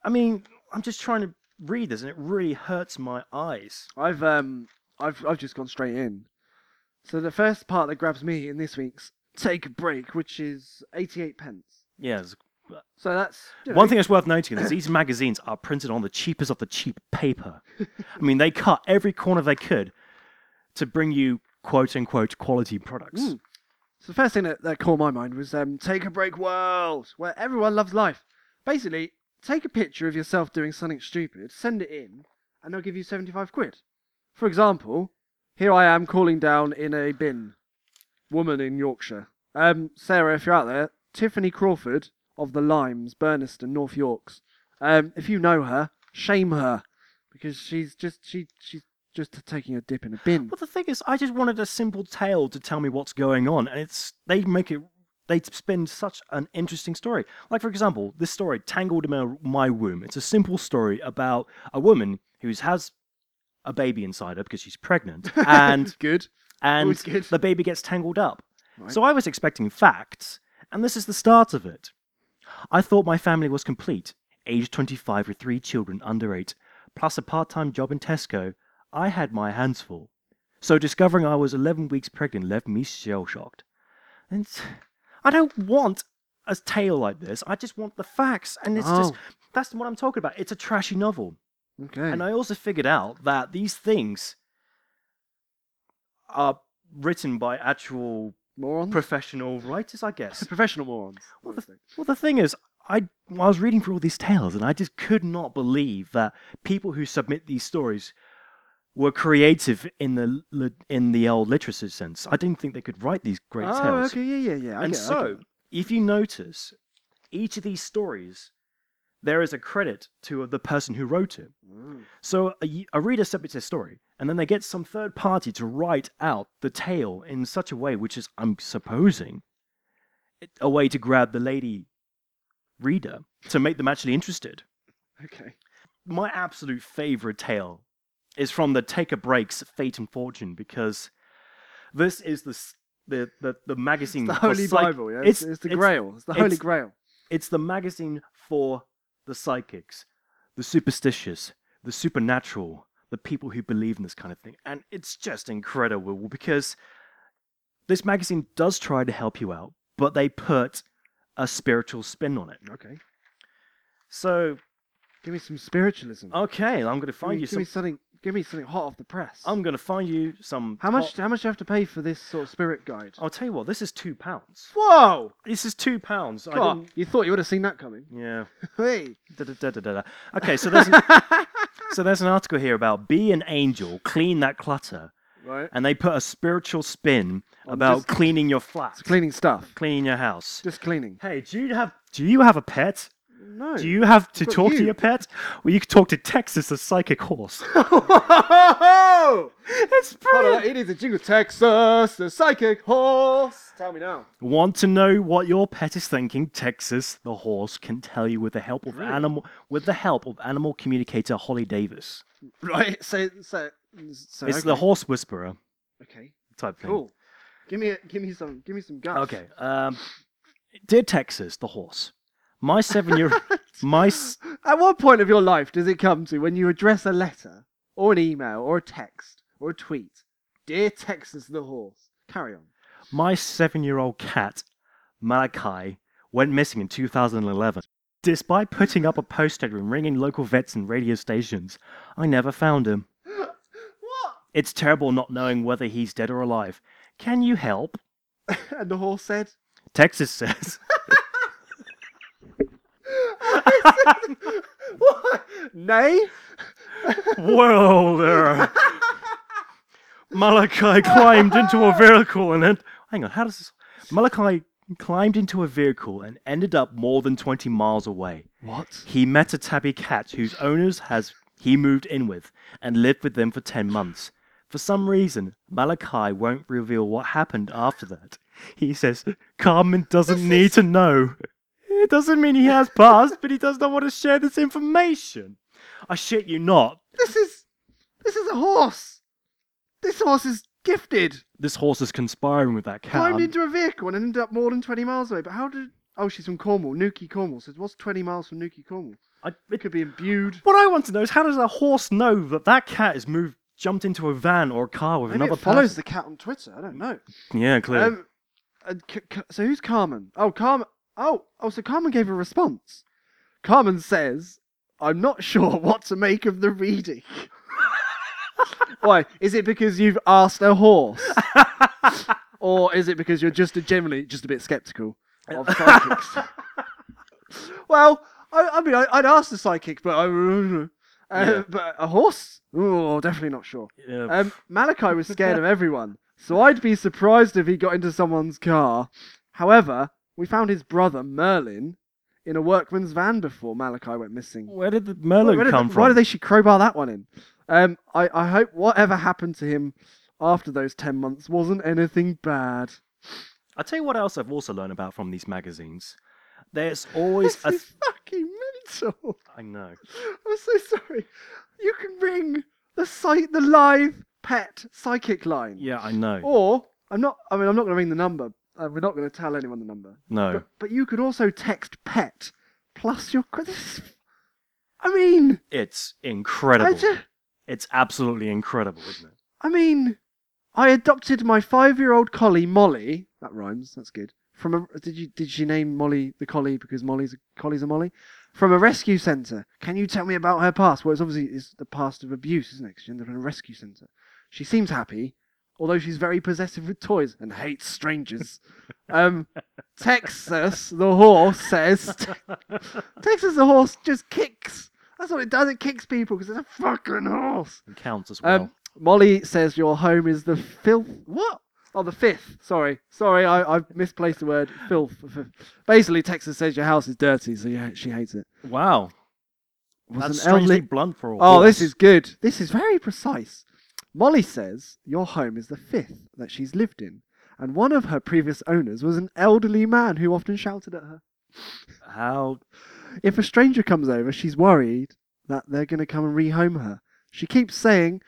Speaker 1: I mean, I'm just trying to read this and it really hurts my eyes.
Speaker 2: I've um, I've I've just gone straight in. So the first part that grabs me in this week's take a break, which is eighty-eight pence.
Speaker 1: Yeah, it's
Speaker 2: So that's you know,
Speaker 1: One thing that's worth noting is these magazines are printed on the cheapest of the cheap paper. I mean, they cut every corner they could to bring you quote unquote quality products.
Speaker 2: Mm. So the first thing that, that caught my mind was um, Take a Break World, where everyone loves life. Basically, take a picture of yourself doing something stupid, send it in, and they'll give you 75 quid. For example, here I am calling down in a bin. Woman in Yorkshire. Um, Sarah, if you're out there, Tiffany Crawford of the Limes, Burniston, North Yorks. Um, if you know her, shame her because she's just she she's just taking a dip in a bin.
Speaker 1: But the thing is, I just wanted a simple tale to tell me what's going on, and it's they make it they spin such an interesting story. Like for example, this story "Tangled in My- My Womb." It's a simple story about a woman who has a baby inside her because she's pregnant, and
Speaker 2: good.
Speaker 1: and
Speaker 2: Always good.
Speaker 1: the baby gets tangled up.
Speaker 2: Right.
Speaker 1: So I was expecting facts, and this is the start of it. I thought my family was complete, aged 25 with three children under eight, plus a part time job in Tesco. I had my hands full. So discovering I was 11 weeks pregnant left me shell shocked. And I don't want a tale like this. I just want the facts. And it's just,
Speaker 2: Oh.
Speaker 1: that's what I'm talking about. It's a trashy novel.
Speaker 2: Okay.
Speaker 1: And I also figured out that these things are written by actual
Speaker 2: Morons.
Speaker 1: professional writers, I guess.
Speaker 2: Professional morons.
Speaker 1: Well, the, well, the thing is, I, I was reading through all these tales and I just could not believe that people who submit these stories were creative in the li- in the old literacy sense. I didn't think they could write these great
Speaker 2: oh,
Speaker 1: tales.
Speaker 2: okay, yeah, yeah, yeah. I
Speaker 1: and
Speaker 2: get it, I
Speaker 1: so,
Speaker 2: get it.
Speaker 1: if you notice, each of these stories, there is a credit to the person who wrote it.
Speaker 2: Mm.
Speaker 1: So a, y- a reader submits a story, and then they get some third party to write out the tale in such a way, which is, I'm supposing, it- a way to grab the lady reader to make them actually interested.
Speaker 2: okay.
Speaker 1: My absolute favorite tale is from the Take a Break's Fate and Fortune because this is the s- the the, the magazine.
Speaker 2: It's the
Speaker 1: for
Speaker 2: Holy
Speaker 1: psych-
Speaker 2: Bible. Yeah, it's, it's the Grail. It's the
Speaker 1: it's-
Speaker 2: Holy Grail.
Speaker 1: it's the magazine for the psychics, the superstitious, the supernatural, the people who believe in this kind of thing. And it's just incredible because this magazine does try to help you out, but they put a spiritual spin on it.
Speaker 2: Okay.
Speaker 1: So,
Speaker 2: Give me some spiritualism.
Speaker 1: okay, I'm going to
Speaker 2: give me,
Speaker 1: find you
Speaker 2: give me
Speaker 1: some
Speaker 2: something. Give me something hot off the press.
Speaker 1: I'm going to find you some
Speaker 2: how much?
Speaker 1: top-
Speaker 2: How much do you have to pay for this sort of spirit guide?
Speaker 1: I'll tell you what, this is 2 pounds.
Speaker 2: Oh, Whoa!
Speaker 1: This is 2 pounds. I
Speaker 2: God,
Speaker 1: didn't-
Speaker 2: you thought you would have seen that coming.
Speaker 1: yeah.
Speaker 2: Hey.
Speaker 1: Da, da, da, da, da, da. Okay, so there's an, so there's an article here about be an angel, clean that clutter,
Speaker 2: right.
Speaker 1: and they put a spiritual spin
Speaker 2: On
Speaker 1: about
Speaker 2: just-
Speaker 1: cleaning your flat,
Speaker 2: It's cleaning stuff.
Speaker 1: cleaning your house.
Speaker 2: Just cleaning.
Speaker 1: Hey, do you have do you have a pet?
Speaker 2: No.
Speaker 1: Do you have to
Speaker 2: I've got
Speaker 1: talk to
Speaker 2: you.
Speaker 1: your pet? Well, you can talk to Texas, the psychic horse.
Speaker 2: Hold
Speaker 1: it's
Speaker 2: on,
Speaker 1: brilliant.
Speaker 2: it is a jingle. Texas, the psychic horse. Tell me now.
Speaker 1: Want to know what your pet is thinking? Texas, the horse, can tell you with the help of
Speaker 2: Brilliant.
Speaker 1: animal with the help of animal communicator Holly Davis.
Speaker 2: Right. So, so, so
Speaker 1: It's
Speaker 2: Oh, okay.
Speaker 1: the horse whisperer
Speaker 2: Okay.
Speaker 1: type thing.
Speaker 2: Cool. Give me, a, give me some, give me some guts.
Speaker 1: Okay. Um, dear Texas, the horse. My seven year my s-
Speaker 2: At what point of your life does it come to when you address a letter or an email or a text or a tweet? Dear Texas the horse. Carry on.
Speaker 1: my seven year old cat Malachi went missing in 2011. Despite putting up a poster and ringing local vets and radio stations, I never found him.
Speaker 2: what?
Speaker 1: It's terrible not knowing whether he's dead or alive. Can you help?
Speaker 2: and the horse said.
Speaker 1: Texas says.
Speaker 2: what? Nay?
Speaker 1: Whoa there! uh, Malachi climbed into a vehicle and then. Hang on, how does this. Malachi climbed into a vehicle and ended up more than 20 miles away.
Speaker 2: What?
Speaker 1: He met a tabby cat whose owners has he moved in with and lived with them for 10 months. For some reason, Malachi won't reveal what happened after that. He says Carmen doesn't need to know. It doesn't mean he has passed, but he does not want to share this information. I shit you not.
Speaker 2: This is this is a horse. This horse is gifted.
Speaker 1: This horse is conspiring with that cat.
Speaker 2: Climbed into a vehicle and ended up more than twenty miles away. But how did? Oh, she's from Cornwall, Nuki Cornwall. So what's twenty miles from Nuki Cornwall?
Speaker 1: I-
Speaker 2: It could be imbued.
Speaker 1: what I want to know is how does a horse know that that cat has moved, jumped into a van or a car with
Speaker 2: Maybe
Speaker 1: another
Speaker 2: it follows
Speaker 1: person?
Speaker 2: the cat on Twitter. I don't know. uh,
Speaker 1: Yeah, clearly.
Speaker 2: Um, and c- c- so who's Carmen? Oh, Carmen. Oh, oh, so Carmen gave a response. Carmen says, I'm not sure what to make of the reading. Why? Is it because you've asked a horse? or is it because you're just a, generally just a bit skeptical of psychics? well, I, I mean, I, I'd asked a psychic, but I. Uh,
Speaker 1: Yeah.
Speaker 2: But a horse? Oh, definitely not sure.
Speaker 1: Yeah.
Speaker 2: Um, Malachi was scared of everyone, so I'd be surprised if he got into someone's car. However, we found his brother Merlin in a workman's van before Malachi went missing.
Speaker 1: where did the Merlin
Speaker 2: Where did-
Speaker 1: come from?
Speaker 2: Why did they should crowbar that one in? Um, I, I hope whatever happened to him after those ten months wasn't anything bad.
Speaker 1: I'll tell you what else I've also learned about from these magazines. There's always
Speaker 2: This
Speaker 1: a.
Speaker 2: is fucking mental.
Speaker 1: I know.
Speaker 2: I'm so sorry. You can ring the site, the live pet psychic line.
Speaker 1: Yeah, I know.
Speaker 2: Or I'm not. I mean, I'm not going to ring the number. Uh, we're not going to tell anyone the number.
Speaker 1: no.
Speaker 2: But, but you could also text pet plus your. cr- This, I mean,
Speaker 1: It's
Speaker 2: I,
Speaker 1: incredible.
Speaker 2: ju-
Speaker 1: It's absolutely incredible, isn't it?
Speaker 2: I mean, I adopted my five-year-old collie Molly. That rhymes. That's good. From a did you did she name Molly the collie because Molly's a, collie's a Molly? From a rescue centre. Can you tell me about her past? Well, it's obviously it's the past of abuse, isn't it? 'Cause She ended up in a rescue centre. She seems happy, although she's very possessive with toys and hates strangers. um, Texas the horse says. Texas the horse just kicks. That's what it does. It kicks people because it's a fucking horse.
Speaker 1: It counts as well.
Speaker 2: Um, Molly says your home is the filth. What? Oh, the fifth. Sorry, sorry, I, I misplaced the word filth. Basically, Texas says your house is dirty, so yeah, she hates it.
Speaker 1: wow.
Speaker 2: Was
Speaker 1: That's
Speaker 2: an
Speaker 1: strangely
Speaker 2: elderly-
Speaker 1: blunt for a
Speaker 2: Oh, this
Speaker 1: horse.
Speaker 2: is good. This is very precise. Molly says your home is the fifth that she's lived in, and one of her previous owners was an elderly man who often shouted at her.
Speaker 1: How.
Speaker 2: If a stranger comes over, she's worried that they're going to come and rehome her. She keeps saying,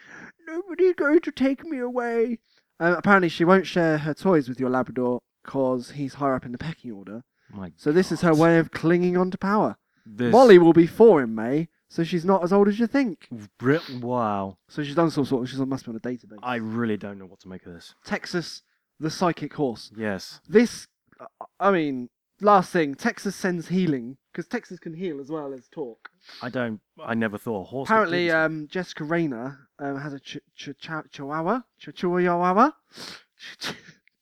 Speaker 2: Nobody's going to take me away. Um, apparently, she won't share her toys with your Labrador because he's higher up in the pecking order.
Speaker 1: My
Speaker 2: So, this is her
Speaker 1: God.
Speaker 2: way of clinging on to power.
Speaker 1: This...
Speaker 2: Molly will be four in May, so she's not as old as you think.
Speaker 1: Brit- wow.
Speaker 2: So, she's done some sort of, she's on, must be on a database.
Speaker 1: I really don't know what to make of this.
Speaker 2: Texas, the psychic horse.
Speaker 1: Yes.
Speaker 2: This, uh, I mean, last thing Texas sends healing because Texas can heal as well as talk.
Speaker 1: I don't. I never thought a horse. could do
Speaker 2: Apparently,
Speaker 1: this.
Speaker 2: um, Jessica Rayner um, has a ch- ch- ch- chihuahua. Ch- chihuahua? Ch- ch-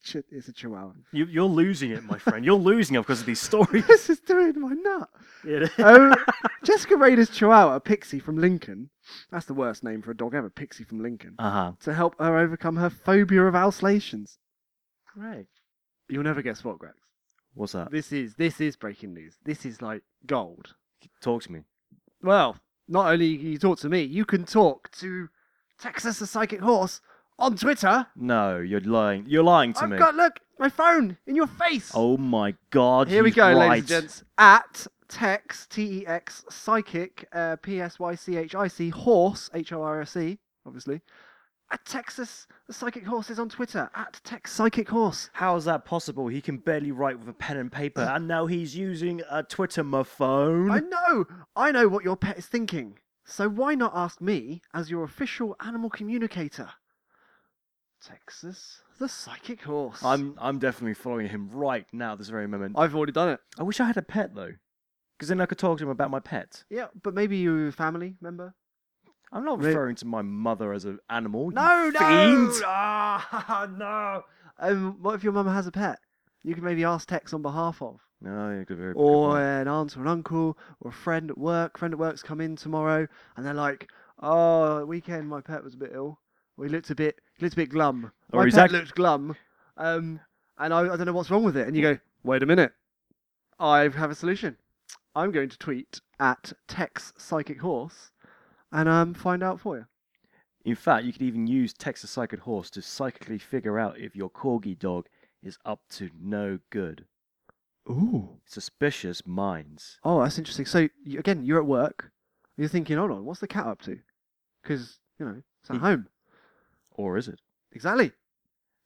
Speaker 2: ch- it's a chihuahua.
Speaker 1: you, you're losing it, my friend. You're losing it because of these stories.
Speaker 2: this is doing my nut.
Speaker 1: It-
Speaker 2: Um, Jessica Rayner's chihuahua, Pixie from Lincoln, that's the worst name for a dog ever, Pixie from Lincoln,
Speaker 1: uh-huh.
Speaker 2: to help her overcome her phobia of Alsatians.
Speaker 1: Great.
Speaker 2: You'll never guess what, Grex.
Speaker 1: What's that?
Speaker 2: This is this is breaking news. This is like gold.
Speaker 1: Talk to me.
Speaker 2: Well, not only can you talk to me, you can talk to Texas the Psychic Horse on Twitter.
Speaker 1: No, you're lying. You're lying to
Speaker 2: I've
Speaker 1: me.
Speaker 2: got look my phone in your face.
Speaker 1: Oh my God.
Speaker 2: here we
Speaker 1: he's
Speaker 2: go, ladies
Speaker 1: right.
Speaker 2: and gents. At Tex T E X Psychic uh, P S Y C H I C Horse H O R S E obviously. At Texas the Psychic Horse is on Twitter at Tex Psychic Horse.
Speaker 1: How is that possible? He can barely write with a pen and paper, and now he's using a Twitter phone.
Speaker 2: I know, I know what your pet is thinking. So why not ask me as your official animal communicator? Texas the Psychic Horse.
Speaker 1: I'm I'm definitely following him right now, this very moment.
Speaker 2: I've already done it.
Speaker 1: I wish I had a pet though, because then I could talk to him about my pet.
Speaker 2: Yeah, but maybe you're a family member.
Speaker 1: I'm not
Speaker 2: Re-
Speaker 1: referring to my mother as an animal. you
Speaker 2: No, no,
Speaker 1: fiend.
Speaker 2: ah, no. Um, what if your mum has a pet? You can maybe ask Tex on behalf of,
Speaker 1: No, you're very.
Speaker 2: or an aunt or an uncle, or a friend at work. Friend at work's come in tomorrow, and they're like, "Oh, at weekend my pet was a bit ill. Or he looked a bit, he looked a bit glum.
Speaker 1: Or
Speaker 2: my
Speaker 1: he's
Speaker 2: pet
Speaker 1: act-
Speaker 2: looked glum, um, and I, I don't know what's wrong with it." And you go, "Wait a minute, I have a solution. I'm going to tweet at Tex Psychic Horse, and um, find out for you."
Speaker 1: In fact, you could even use Texas Psychic Horse to psychically figure out if your corgi dog is up to no good.
Speaker 2: Ooh.
Speaker 1: Suspicious minds.
Speaker 2: Oh, that's interesting. So y- again, you're at work. You're thinking, hold on, what's the cat up to? Because you know it's at
Speaker 1: He-
Speaker 2: home.
Speaker 1: Or is it?
Speaker 2: Exactly.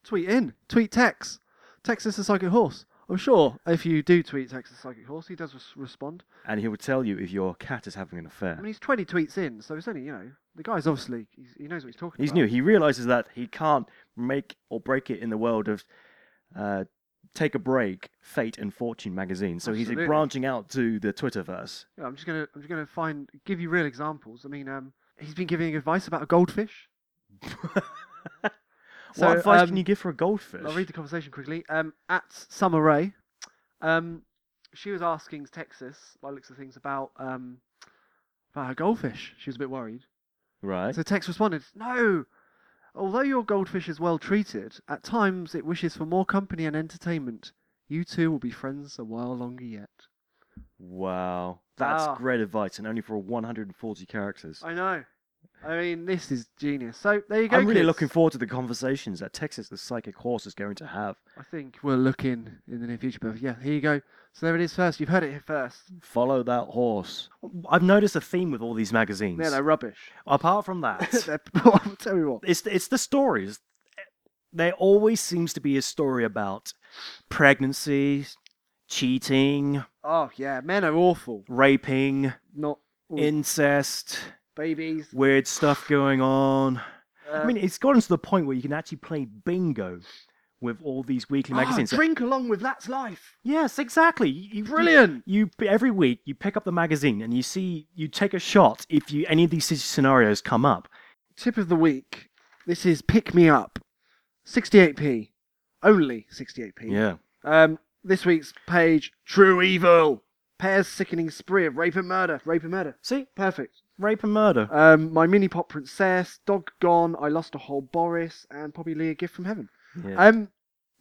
Speaker 2: Tweet in. Tweet Tex. Tex is a psychic horse. I'm sure if you do tweet Tex the psychic horse, he does res- respond.
Speaker 1: And he will tell you if your cat is having an affair.
Speaker 2: I mean, he's 20 tweets in, so it's only you know the guy's obviously he's, he knows what he's talking
Speaker 1: He's
Speaker 2: about.
Speaker 1: new. He realizes that he can't make or break it in the world of uh, Take a Break, Fate, and Fortune magazine. So he's like,
Speaker 2: Absolutely.
Speaker 1: branching out to the Twitterverse.
Speaker 2: Yeah, I'm just gonna I'm just gonna find give you real examples. I mean, um, he's been giving advice about a goldfish. So,
Speaker 1: what advice
Speaker 2: um,
Speaker 1: can you give for a goldfish?
Speaker 2: I'll read the conversation quickly. Um, at Summer Ray, um, she was asking Texas, by the looks of things, about um, about her goldfish. She was a bit worried.
Speaker 1: Right.
Speaker 2: So Tex responded, "No, although your goldfish is well treated, at times it wishes for more company and entertainment. You two will be friends a while longer yet."
Speaker 1: Wow. That's
Speaker 2: Ah.
Speaker 1: great advice, and only for 140 characters.
Speaker 2: I know. I mean, this is genius. So there you go.
Speaker 1: I'm really
Speaker 2: kids.
Speaker 1: looking forward to the conversations that Texas the Psychic Horse is going to have.
Speaker 2: I think we'll look in in the near future, but yeah, here you go. So there it is first. You've heard it here first.
Speaker 1: Follow that horse. I've noticed a theme with all these magazines.
Speaker 2: Yeah, they're rubbish.
Speaker 1: Apart from that,
Speaker 2: They're- I'll tell you what.
Speaker 1: it's it's the stories. There always seems to be a story about pregnancy, cheating,
Speaker 2: Oh yeah, men are awful.
Speaker 1: raping,
Speaker 2: Not ooh,
Speaker 1: incest,
Speaker 2: babies.
Speaker 1: weird stuff going on.
Speaker 2: Uh,
Speaker 1: I mean, it's gotten to the point where you can actually play bingo with all these weekly
Speaker 2: ah,
Speaker 1: magazines.
Speaker 2: drink along with that's life.
Speaker 1: Yes, exactly. You- you-
Speaker 2: Brilliant.
Speaker 1: You p- every week you pick up the magazine and you see you take a shot if you any of these s- scenarios come up.
Speaker 2: Tip of the week. This is pick me up. 68p. Only 68p.
Speaker 1: Yeah.
Speaker 2: Um, this week's page. True evil. Pear's sickening spree of rape and murder. Rape and murder.
Speaker 1: See,
Speaker 2: Perfect.
Speaker 1: rape and murder.
Speaker 2: Um, my mini pop princess, dog gone, I lost a whole Boris, and probably Lee a gift from heaven.
Speaker 1: Yeah.
Speaker 2: Um,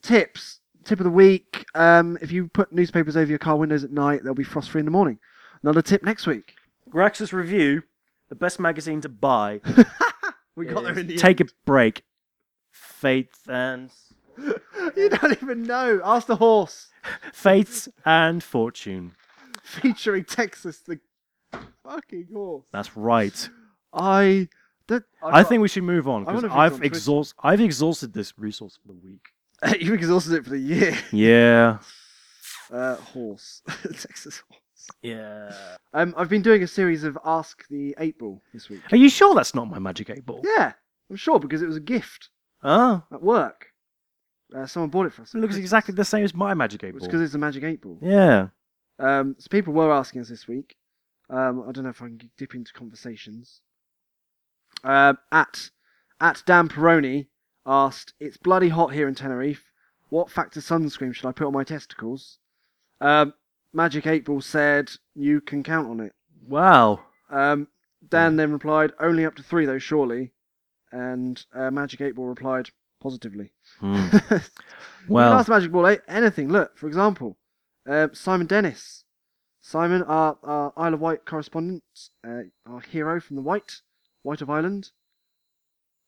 Speaker 2: tips, tip of the week. Um, if you put newspapers over your car windows at night, they'll be frost free in the morning. Another tip next week.
Speaker 1: Grax's review: the best magazine to buy.
Speaker 2: We got there in the
Speaker 1: Take a break. Faith and
Speaker 2: end. you don't even know. Ask the horse,
Speaker 1: faiths and fortune.
Speaker 2: featuring Texas the fucking horse.
Speaker 1: That's right.
Speaker 2: I that
Speaker 1: I think we should move on
Speaker 2: I
Speaker 1: because
Speaker 2: wonder if it's on
Speaker 1: I've
Speaker 2: Twitter.
Speaker 1: exhaust I've exhausted this resource for the week.
Speaker 2: you exhausted it for the year.
Speaker 1: Yeah.
Speaker 2: Uh, horse, Texas horse.
Speaker 1: Yeah.
Speaker 2: Um, I've been doing a series of Ask the Eight Ball this week.
Speaker 1: Are you sure that's not my magic eight ball?
Speaker 2: Yeah, I'm sure because it was a gift
Speaker 1: Oh.
Speaker 2: at work. Uh, someone bought it for us.
Speaker 1: It looks exactly the same as my magic eight
Speaker 2: It's
Speaker 1: ball.
Speaker 2: because it's a magic eight ball.
Speaker 1: Yeah.
Speaker 2: Um, so people were asking us this week. Um, I don't know if I can dip into conversations. Um, at at Dan Peroni asked, "It's bloody hot here in Tenerife. What factor sunscreen should I put on my testicles?" Um, magic eight ball said, "You can count on it."
Speaker 1: Wow.
Speaker 2: Um, Dan then replied, "Only up to three, though, surely." And uh, Magic Eight Ball replied positively.
Speaker 1: Hmm.
Speaker 2: Well,
Speaker 1: Well,
Speaker 2: last Magic Ball Eight, anything. Look, for example, uh, Simon Dennis, Simon, our, our Isle of Wight correspondent, uh, our hero from the White, White of Ireland.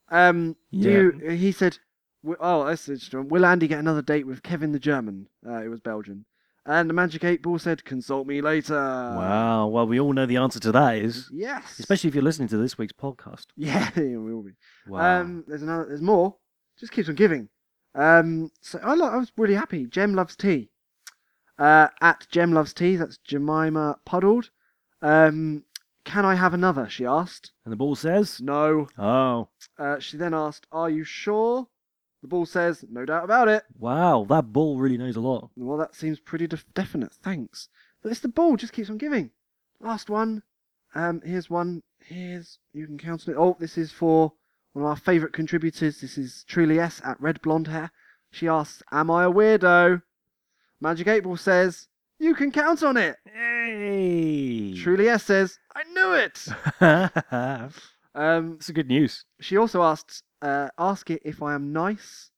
Speaker 2: Um, do you, he said, w- "Oh, that's interesting. Will Andy get another date with Kevin the German?" Uh, it was Belgian. And the Magic Eight Ball said, "Consult me later."
Speaker 3: uh,
Speaker 1: wow. Well, we all know the answer to that is,
Speaker 2: Yes.
Speaker 1: especially if you're listening to this week's podcast.
Speaker 2: Yeah, we will be.
Speaker 1: Wow.
Speaker 2: Um, there's another. There's more. Just keeps on giving. Um, so I, like, I was really happy. Gem loves tea. Uh, at Gem loves tea. That's Jemima Puddled. Um, can I have another? She asked.
Speaker 1: and the ball says,
Speaker 2: No.
Speaker 1: "Oh,
Speaker 2: Uh, she then asked, "Are you sure?" The ball says, "No doubt about it."
Speaker 1: wow, that ball really knows a lot."
Speaker 2: Well, that seems pretty def- definite. Thanks. But it's the ball. Just keeps on giving. Last one. Um, here's one. Here's you can count on it. Oh, this is for one of our favourite contributors. This is Truly S at Red Blonde Hair. She asks, "Am I a weirdo?" Magic Eight Ball says, "You can count on it."
Speaker 1: Hey.
Speaker 2: Truly S says, "I knew it."
Speaker 1: That's
Speaker 2: Um,
Speaker 1: a good news.
Speaker 2: she also asked, uh, "Ask it if I am nice,"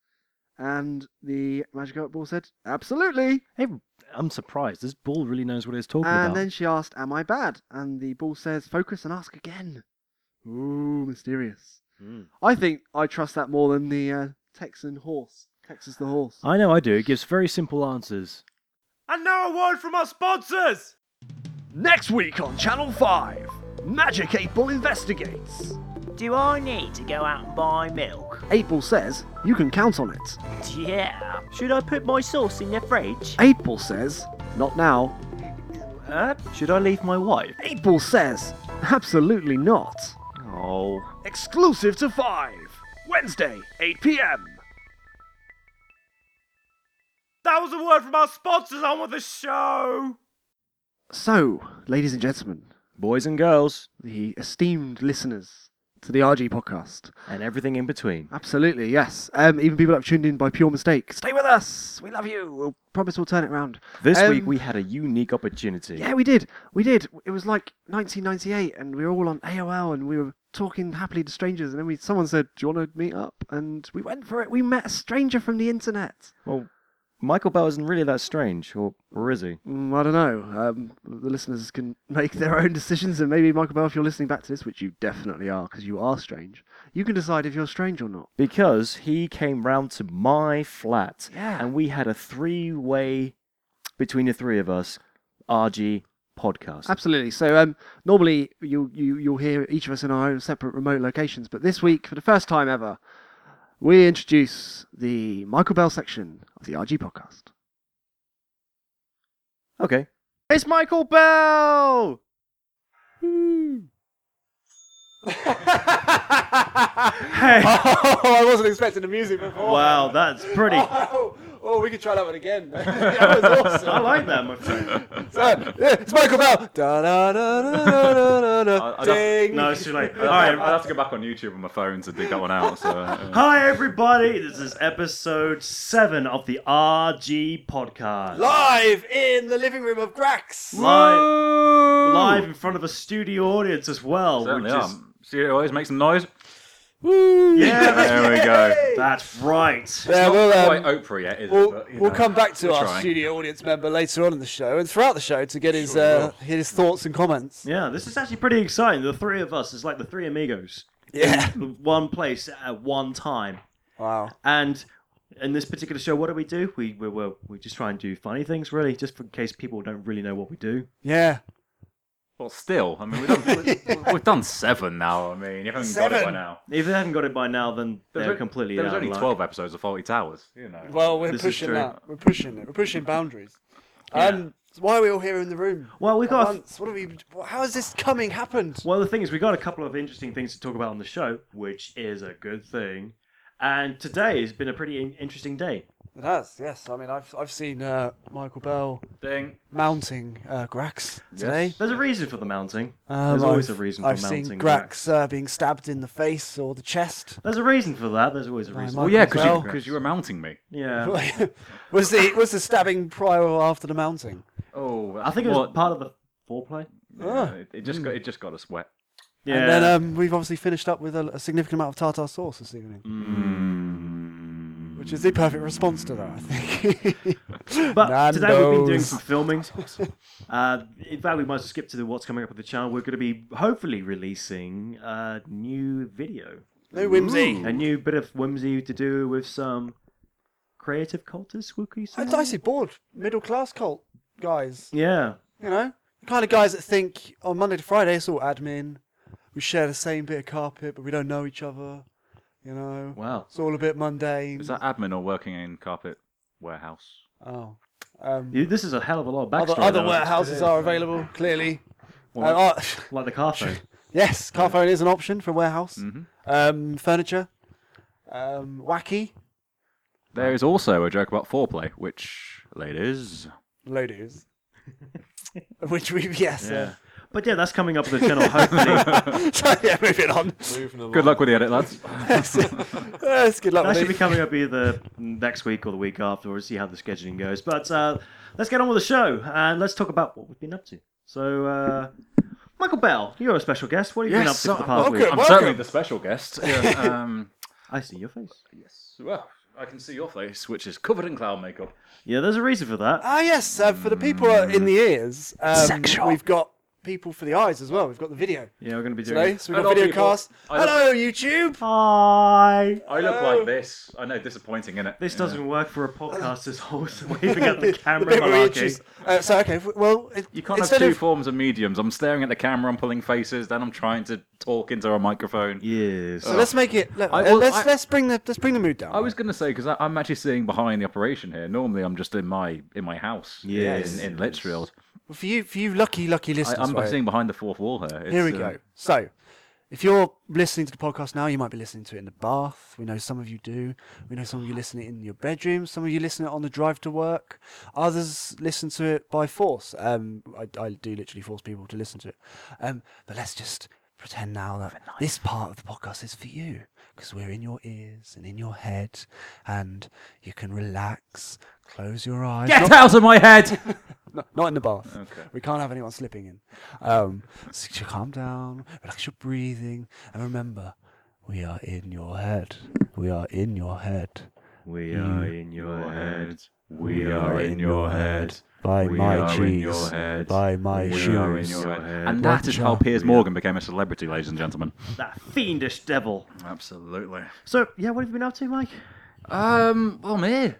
Speaker 2: and the Magic Eight Ball said, "Absolutely."
Speaker 1: Hey, I'm surprised. This ball really knows what it's talking
Speaker 2: And
Speaker 1: about.
Speaker 2: then she asked, Am I bad? And the ball says, Focus and ask again. Ooh, mysterious.
Speaker 1: Hmm.
Speaker 2: I think I trust that more than the uh, Texan horse. Texas the horse.
Speaker 1: I know I do. It gives very simple answers. And now a word from our sponsors.
Speaker 2: Next week on Channel 5, Magic 8 Ball investigates.
Speaker 3: Do I need to go out and buy milk?
Speaker 2: 8 Ball says, You can count on it.
Speaker 3: Yeah. Should I put my sauce in the fridge?
Speaker 2: 8 Ball says, Not now.
Speaker 1: Uh, should I leave my wife?
Speaker 2: 8 Ball says, Absolutely not.
Speaker 1: Oh.
Speaker 2: Exclusive to 5, Wednesday, 8 pm.
Speaker 1: That was a word from our sponsors on with the show.
Speaker 4: So, ladies and gentlemen,
Speaker 1: Boys and girls,
Speaker 4: the esteemed listeners to the RG podcast.
Speaker 1: and everything in between.
Speaker 4: Absolutely, yes. Um, even people that have tuned in by pure mistake. Stay with us. We love you. We'll promise we'll turn it around.
Speaker 1: This
Speaker 4: Um,
Speaker 1: week we had a unique opportunity.
Speaker 4: Yeah, we did. We did. It was like 1998, and we were all on AOL, and we were talking happily to strangers, and then we someone said, "Do you want to meet up?" And we went for it. We met a stranger from the internet.
Speaker 1: Well, Michael Bell isn't really that strange, or, or is he?
Speaker 4: Mm, I don't know. Um, the listeners can make their own decisions, and maybe Michael Bell, if you're listening back to this, which you definitely are, because you are strange, you can decide if you're strange or not.
Speaker 1: Because he came round to my flat,
Speaker 4: Yeah.
Speaker 1: and we had a three-way between the three of us RG podcast.
Speaker 4: Absolutely. So um, normally you you you'll hear each of us in our own separate remote locations, but this week, for the first time ever, we introduce the Michael Bell section of the RG podcast.
Speaker 1: okay. It's Michael Bell. Hey.
Speaker 2: Oh, I wasn't expecting the music before.
Speaker 1: Wow, that's pretty.
Speaker 2: Oh, oh, we could try that one again. that was awesome.
Speaker 1: I like that, my friend.
Speaker 2: So, yeah, it's Michael Bell. Da, da, da, da, da, da, da,
Speaker 5: I- I don't-
Speaker 2: Ding.
Speaker 1: No, it's too late. All
Speaker 5: I'd,
Speaker 1: right.
Speaker 5: have to go back on YouTube on my phone to dig that one out. So, uh,
Speaker 1: Hi, everybody. This is episode seven of the RG podcast.
Speaker 2: Live in the living room of Grax.
Speaker 1: Live, live in front of a studio audience as well.
Speaker 5: certainly
Speaker 1: which is-
Speaker 5: am. See, it always makes some noise.
Speaker 1: Yeah, that's,
Speaker 5: There we go.
Speaker 1: that's right.
Speaker 2: Yeah, we'll, um,
Speaker 5: Quite Oprah yet, is it?
Speaker 2: We'll,
Speaker 5: But, you
Speaker 2: we'll
Speaker 5: know,
Speaker 2: come back to
Speaker 5: we're
Speaker 2: our
Speaker 5: trying.
Speaker 2: studio audience member later on in the show and throughout the show to get his uh, his thoughts and comments.
Speaker 1: Yeah, this is actually pretty exciting. The three of us is like the three amigos,
Speaker 2: Yeah.
Speaker 1: one place at one time.
Speaker 2: Wow.
Speaker 1: And in this particular show, what do we do? We we we, we just try and do funny things, really, just in case people don't really know what we do.
Speaker 2: Yeah.
Speaker 5: Well, still, I mean, we've done, we- we've done seven now. I mean, you haven't got it by
Speaker 2: Seven.
Speaker 5: now.
Speaker 1: If they haven't got it by now, then they're
Speaker 5: There's o-
Speaker 1: completely
Speaker 5: There was
Speaker 1: out of
Speaker 5: only
Speaker 1: luck.
Speaker 5: twelve episodes of Forty Towers. You know.
Speaker 2: Well, we're
Speaker 1: This is
Speaker 2: pushing
Speaker 1: true.
Speaker 2: that. We're pushing it. We're pushing boundaries. Um, so why are we all here in the room?
Speaker 1: Well, we
Speaker 2: At
Speaker 1: got a-
Speaker 2: once? What have we? How has this coming happened?
Speaker 1: Well, the thing is, we got a couple of interesting things to talk about on the show, which is a good thing. And today has been a pretty in- interesting day.
Speaker 2: It has. Yes. I mean, I've I've seen uh, Michael Bell
Speaker 5: Ding.
Speaker 2: mounting uh, Grax today.
Speaker 1: There's a reason for the mounting.
Speaker 2: Um,
Speaker 1: There's always
Speaker 2: I've-
Speaker 1: a reason for
Speaker 2: I've
Speaker 1: mounting.
Speaker 2: seen
Speaker 1: right?
Speaker 2: Grax uh, being stabbed in the face or the chest.
Speaker 1: There's a reason for that. There's always a
Speaker 2: Right,
Speaker 1: reason.
Speaker 2: Well,
Speaker 5: Well, yeah,
Speaker 2: because you-
Speaker 5: because
Speaker 2: Well-
Speaker 5: you, were mounting me.
Speaker 1: Yeah.
Speaker 2: was the was the stabbing prior or after the mounting?
Speaker 5: Oh,
Speaker 1: I think it was part of the foreplay.
Speaker 2: Ah.
Speaker 5: it, it just got it just got us wet.
Speaker 1: Yeah.
Speaker 2: And then um, we've obviously finished up with a, a significant amount of tartar sauce this evening,
Speaker 1: Hmm.
Speaker 2: which is the perfect response to that, I think.
Speaker 1: but today we've been doing
Speaker 2: Nando's.
Speaker 1: some filmings. uh, in fact, we might skip to the what's coming up with the channel. We're going to be hopefully releasing a new video,
Speaker 2: no whimsy.
Speaker 1: a new bit of whimsy to do with some creative cultists. Would we say?
Speaker 2: I'd I see bored middle class cult guys.
Speaker 1: Yeah.
Speaker 2: You know, the kind of guys that think on Monday to Friday it's all admin. We share the same bit of carpet, but we don't know each other. You know,
Speaker 1: Wow.
Speaker 2: it's all a bit mundane.
Speaker 5: Is that admin or working in carpet warehouse?
Speaker 2: Oh, um,
Speaker 1: You- This is a hell of a lot of backstory.
Speaker 2: other, other
Speaker 1: though.
Speaker 2: warehouses are available clearly.
Speaker 1: Well,
Speaker 2: Uh, uh,
Speaker 1: like the car phone.
Speaker 2: yes, car phone is an option for warehouse.
Speaker 5: Mhm.
Speaker 2: Um, furniture, um, wacky
Speaker 5: There is also a joke about foreplay, which, ladies,
Speaker 2: ladies. Which we yes.
Speaker 1: Yeah.
Speaker 2: Yeah.
Speaker 1: But yeah, that's coming up with the channel. Hopefully,
Speaker 2: so yeah, moving on.
Speaker 5: good luck with the edit, lads.
Speaker 2: Yes, good luck.
Speaker 1: that
Speaker 2: with
Speaker 1: should be
Speaker 2: it.
Speaker 1: coming up either next week or the week after. We'll see how the scheduling goes. But uh, let's get on with the show and let's talk about what we've been up to. So, uh, Michael Bell, you're a special guest. What have you been up to
Speaker 5: Yes,
Speaker 1: for the
Speaker 5: I'm-
Speaker 1: past
Speaker 2: uh, okay.
Speaker 1: week?
Speaker 5: I'm
Speaker 2: Welcome.
Speaker 5: certainly the special guest. Yeah, um,
Speaker 1: I see your face.
Speaker 5: yes. Well, I can see your face, which is covered in cloud makeup.
Speaker 1: Yeah, there's a reason for that.
Speaker 2: Ah, yes. Uh, for the people uh, in the ears, um, we've got people for the eyes as well. We've got the video
Speaker 1: Yeah, we're going to be doing.
Speaker 2: today, so we've
Speaker 5: Hello,
Speaker 2: got video
Speaker 5: people.
Speaker 2: cast.
Speaker 5: I love-
Speaker 2: Hello, YouTube.
Speaker 1: Hi.
Speaker 5: I look
Speaker 2: Oh.
Speaker 5: like this. I know, disappointing, innit?
Speaker 1: This
Speaker 5: Yeah.
Speaker 1: doesn't work for a podcast. This whole waving at the camera.
Speaker 2: bit where we
Speaker 1: malarkey.
Speaker 2: introduce- uh, so okay, f- well, it,
Speaker 5: You can't have
Speaker 2: instead
Speaker 5: two
Speaker 2: of
Speaker 5: forms of mediums. I'm staring at the camera, I'm pulling faces, then I'm trying to talk into a microphone.
Speaker 1: Yes.
Speaker 2: so let's make it. Let,
Speaker 5: I-
Speaker 2: uh,
Speaker 5: well,
Speaker 2: let's
Speaker 5: I-
Speaker 2: let's bring the let's bring the mood down.
Speaker 5: I was gonna say because I'm actually seeing behind the operation here. Normally, I'm just in my in my house.
Speaker 1: Yes.
Speaker 5: In, in Litchfield.
Speaker 2: for you for you lucky lucky
Speaker 5: I,
Speaker 2: listeners.
Speaker 5: I'm
Speaker 2: right,
Speaker 5: seeing behind the fourth wall here. It's,
Speaker 2: here we
Speaker 5: uh,
Speaker 2: go. So If you're listening to the podcast now, you might be listening to it in the bath. We know some of you do. We know some of you listen to it in your bedroom. Some of you listen to it on the drive to work. Others listen to it by force. Um, I, I do literally force people to listen to it. Um, but let's just pretend now that this part of the podcast is for you because we're in your ears and in your head, and you can relax, close your eyes.
Speaker 5: Get
Speaker 2: Not-
Speaker 5: out of my head!
Speaker 2: no, not in the bath.
Speaker 5: Okay.
Speaker 2: We can't have anyone slipping in. Um, so you calm down, relax your breathing, and remember, we are in your head. We are in your head.
Speaker 1: We are in your head.
Speaker 5: We are in your head.
Speaker 2: By
Speaker 5: We
Speaker 2: my
Speaker 5: are in your
Speaker 2: cheese.
Speaker 5: head.
Speaker 2: By my
Speaker 5: we
Speaker 2: shoes.
Speaker 5: Are in your head. And
Speaker 2: Watch
Speaker 5: that is how
Speaker 2: out.
Speaker 5: Piers Morgan became a celebrity, ladies and gentlemen.
Speaker 1: That fiendish devil.
Speaker 5: Absolutely.
Speaker 1: So, yeah, what have you been up to, Mike?
Speaker 5: Um, well, I'm here.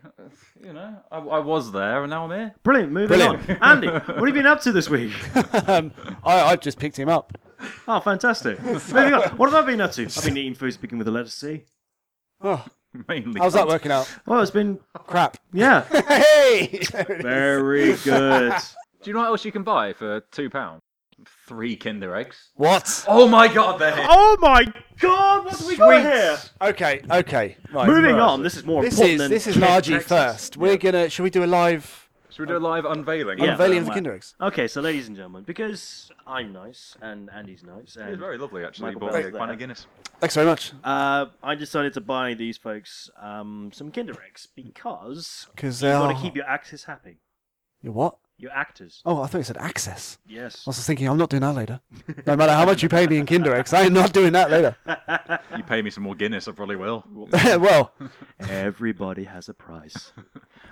Speaker 5: You know, I, I was there and now I'm here.
Speaker 1: Brilliant, moving
Speaker 2: Brilliant.
Speaker 1: on. Andy, what have you been up to this week?
Speaker 2: um, I, I just picked him up.
Speaker 1: Oh, fantastic. moving on. What have I been up to? I've been eating food, speaking with the letter C.
Speaker 2: Oh,
Speaker 5: Mainly.
Speaker 2: how's that working out?
Speaker 1: Well, it's been,
Speaker 5: Oh.
Speaker 2: Crap.
Speaker 1: yeah,
Speaker 2: Hey! There it is.
Speaker 1: very good.
Speaker 5: Do you know what else you can buy for two pounds? Three Kinder eggs.
Speaker 2: What?
Speaker 5: Oh my God, they're here.
Speaker 1: oh my god, what have we got here?
Speaker 2: Okay, okay. Right.
Speaker 1: Moving on, this is more
Speaker 2: This
Speaker 1: important
Speaker 2: is
Speaker 1: than
Speaker 2: this is
Speaker 1: Kid
Speaker 2: Largy
Speaker 1: Texas.
Speaker 2: first. We're gonna. Should we do a live
Speaker 5: Should we do a live unveiling?
Speaker 1: Yeah.
Speaker 2: unveiling of the
Speaker 1: well,
Speaker 2: Kinder eggs?
Speaker 1: Okay, so ladies and gentlemen, because I'm nice and Andy's nice,
Speaker 5: It's
Speaker 1: and
Speaker 5: very lovely, actually. You
Speaker 1: Michael
Speaker 5: bought me a
Speaker 1: Bell's
Speaker 5: pint
Speaker 1: there.
Speaker 5: of Guinness.
Speaker 2: Thanks very much.
Speaker 1: uh, I decided to buy these folks um, some Kinder Eggs because
Speaker 2: Because
Speaker 1: you want to keep your actors happy.
Speaker 2: Your what?
Speaker 1: Your actors,
Speaker 2: Oh, I thought you said access.
Speaker 1: yes.
Speaker 2: I was thinking, I'm not doing that later. No matter how much you pay me in Kinder Eggs, I am not doing that later.
Speaker 5: You pay me some more Guinness, I probably will.
Speaker 2: well,
Speaker 1: Everybody has a price.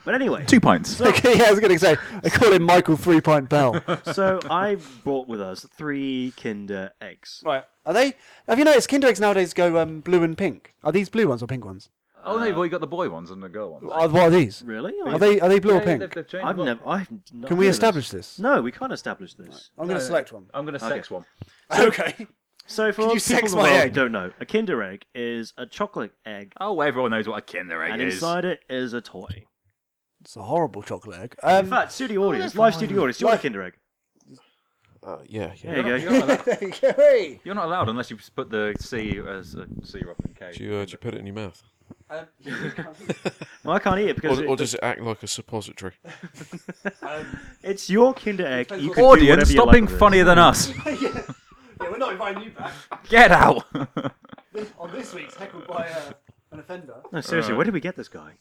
Speaker 1: But anyway,
Speaker 5: Two pints.
Speaker 2: okay, yeah, I was going to say, I call him Michael Three Pint Bell.
Speaker 1: so I brought with us three Kinder Eggs.
Speaker 2: Right. Are they? Have you noticed Kinder Eggs nowadays go um, blue and pink? Are these blue ones or pink ones?
Speaker 5: Oh no, well you got the boy ones and the girl ones.
Speaker 2: Are, what are these?
Speaker 1: Really?
Speaker 2: Are they? Are they blue or
Speaker 5: Yeah,
Speaker 2: pink?
Speaker 5: they've- they've changed
Speaker 1: I've
Speaker 5: them up.
Speaker 1: never. I've not
Speaker 2: Can we
Speaker 1: heard of this.
Speaker 2: establish this?
Speaker 1: No, we can't establish this.
Speaker 2: I'm going to select one.
Speaker 5: I'm gonna sex one.
Speaker 2: Okay.
Speaker 1: So for
Speaker 2: Can you
Speaker 1: people
Speaker 2: sex
Speaker 1: in the
Speaker 2: my
Speaker 1: world who
Speaker 2: egg?
Speaker 1: don't know, a Kinder Egg is a chocolate egg,
Speaker 5: Oh, everyone knows what a Kinder egg
Speaker 1: and
Speaker 5: is.
Speaker 1: inside it is a toy.
Speaker 2: It's a horrible chocolate egg.
Speaker 1: In
Speaker 2: Um,
Speaker 1: fact, studio audience, live studio audience, do you want a Kinder Egg?
Speaker 2: uh, yeah.
Speaker 1: There you
Speaker 5: You're
Speaker 1: go.
Speaker 5: not allowed,
Speaker 2: Hey!
Speaker 5: you're not allowed unless you put the C as a C Rob and K.
Speaker 6: Do you, uh, do you put it in your mouth?
Speaker 1: Well, I can't eat it because
Speaker 6: Or,
Speaker 1: it,
Speaker 6: or does it act like a suppository?
Speaker 1: it's your Kinder Egg. You can do whatever
Speaker 5: Audience,
Speaker 1: you
Speaker 5: stop
Speaker 1: like
Speaker 5: being
Speaker 1: with it.
Speaker 5: funnier than us.
Speaker 2: yeah, we're not inviting you back.
Speaker 5: Get out.
Speaker 2: This- on this week's heckled by uh, an offender.
Speaker 1: No, seriously, where did we get this guy?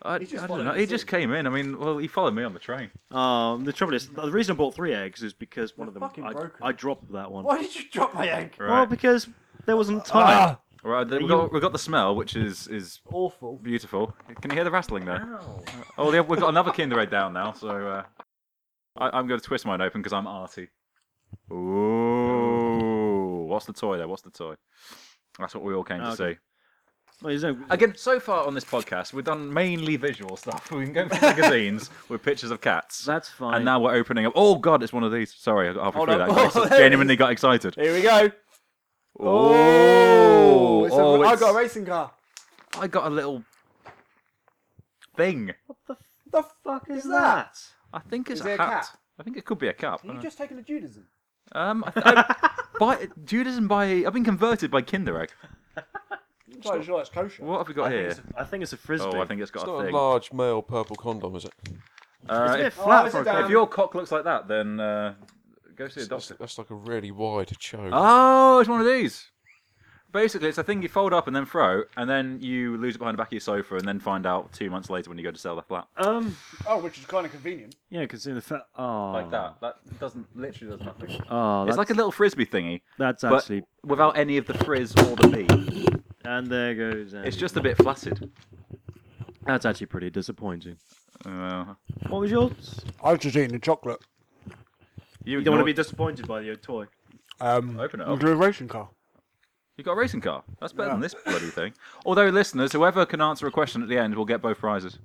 Speaker 5: I,
Speaker 2: just
Speaker 5: I don't
Speaker 2: followed
Speaker 5: know.
Speaker 2: us
Speaker 5: He
Speaker 2: in.
Speaker 5: just came in. I mean, well, he followed me on the train.
Speaker 1: Um, the trouble is, the reason I bought three eggs is because one of them
Speaker 2: fucking
Speaker 1: I,
Speaker 2: broken.
Speaker 1: I dropped that one.
Speaker 2: Why did you drop my egg?
Speaker 1: Well,
Speaker 5: Right.
Speaker 1: because there wasn't time.
Speaker 2: Ah,
Speaker 5: right. then We
Speaker 1: you-
Speaker 5: got, we got the smell, which is is
Speaker 2: awful.
Speaker 5: beautiful. Can you hear the rustling there? Oh, yeah, we've got another Kinder egg down now. So uh, I, I'm going to twist mine open because I'm arty. Ooh. What's the toy there? What's the toy? That's what we all came to
Speaker 1: Okay.
Speaker 5: see.
Speaker 1: Well, there's no-
Speaker 5: Again, so far on this podcast, we've done mainly visual stuff. We've been going through magazines with pictures of cats.
Speaker 1: That's fine.
Speaker 5: And now we're opening up. Oh god, it's one of these. Sorry, I got halfway
Speaker 2: Hold
Speaker 5: through
Speaker 2: up.
Speaker 5: that.
Speaker 2: Oh,
Speaker 5: I
Speaker 2: there it
Speaker 5: genuinely got excited.
Speaker 2: Here we go.
Speaker 5: Oh,
Speaker 2: Oh, it's a-
Speaker 5: oh,
Speaker 2: I
Speaker 5: it's-
Speaker 2: got a racing car.
Speaker 5: I got a little thing.
Speaker 2: The fuck is, that?
Speaker 5: I think it's
Speaker 2: Is
Speaker 5: a,
Speaker 2: it a
Speaker 5: hat.
Speaker 2: cat?
Speaker 5: I think it could be a cat.
Speaker 2: Are you just taking a Judaism?
Speaker 5: Um, I, I, by Judaism by I've been converted by Kinder Egg.
Speaker 2: I'm quite sure that's kosher.
Speaker 5: What have we got here?
Speaker 1: I think it's a frisbee.
Speaker 5: Oh, I think it's got
Speaker 6: It's
Speaker 5: a
Speaker 6: not
Speaker 5: thing.
Speaker 6: a large male purple condom, is it?
Speaker 5: Uh,
Speaker 1: it's a bit
Speaker 5: if,
Speaker 1: flat
Speaker 2: it's
Speaker 1: for
Speaker 2: a
Speaker 1: a
Speaker 2: damn-
Speaker 5: if your cock looks like that, then uh, go see a
Speaker 6: That's,
Speaker 5: doctor.
Speaker 6: that's like a really wide choke.
Speaker 5: Oh, it's one of these. Basically, it's a thing you fold up and then throw, and then you lose it behind the back of your sofa, and then find out two months later when you go to sell the flat.
Speaker 1: Um,
Speaker 2: Oh, which is kind of convenient.
Speaker 1: yeah, considering the fact. Oh,
Speaker 5: Like that. That doesn't literally does nothing.
Speaker 1: Oh, that's,
Speaker 5: It's like a little frisbee thingy,
Speaker 1: that's
Speaker 5: but
Speaker 1: actually.
Speaker 5: without any of the frizz or the bee.
Speaker 1: And there goes. Andy.
Speaker 5: It's just a bit flaccid.
Speaker 1: That's actually pretty disappointing.
Speaker 5: Uh,
Speaker 1: What was yours?
Speaker 2: I was just eating the chocolate.
Speaker 5: you
Speaker 1: You don't want to be
Speaker 5: ignore-
Speaker 1: disappointed by your toy.
Speaker 2: Um,
Speaker 5: Open it
Speaker 2: I'll
Speaker 5: up.
Speaker 2: do a racing car.
Speaker 5: You got a racing car. That's better than this bloody thing. Although, listeners, whoever can answer a question at the end will get both prizes.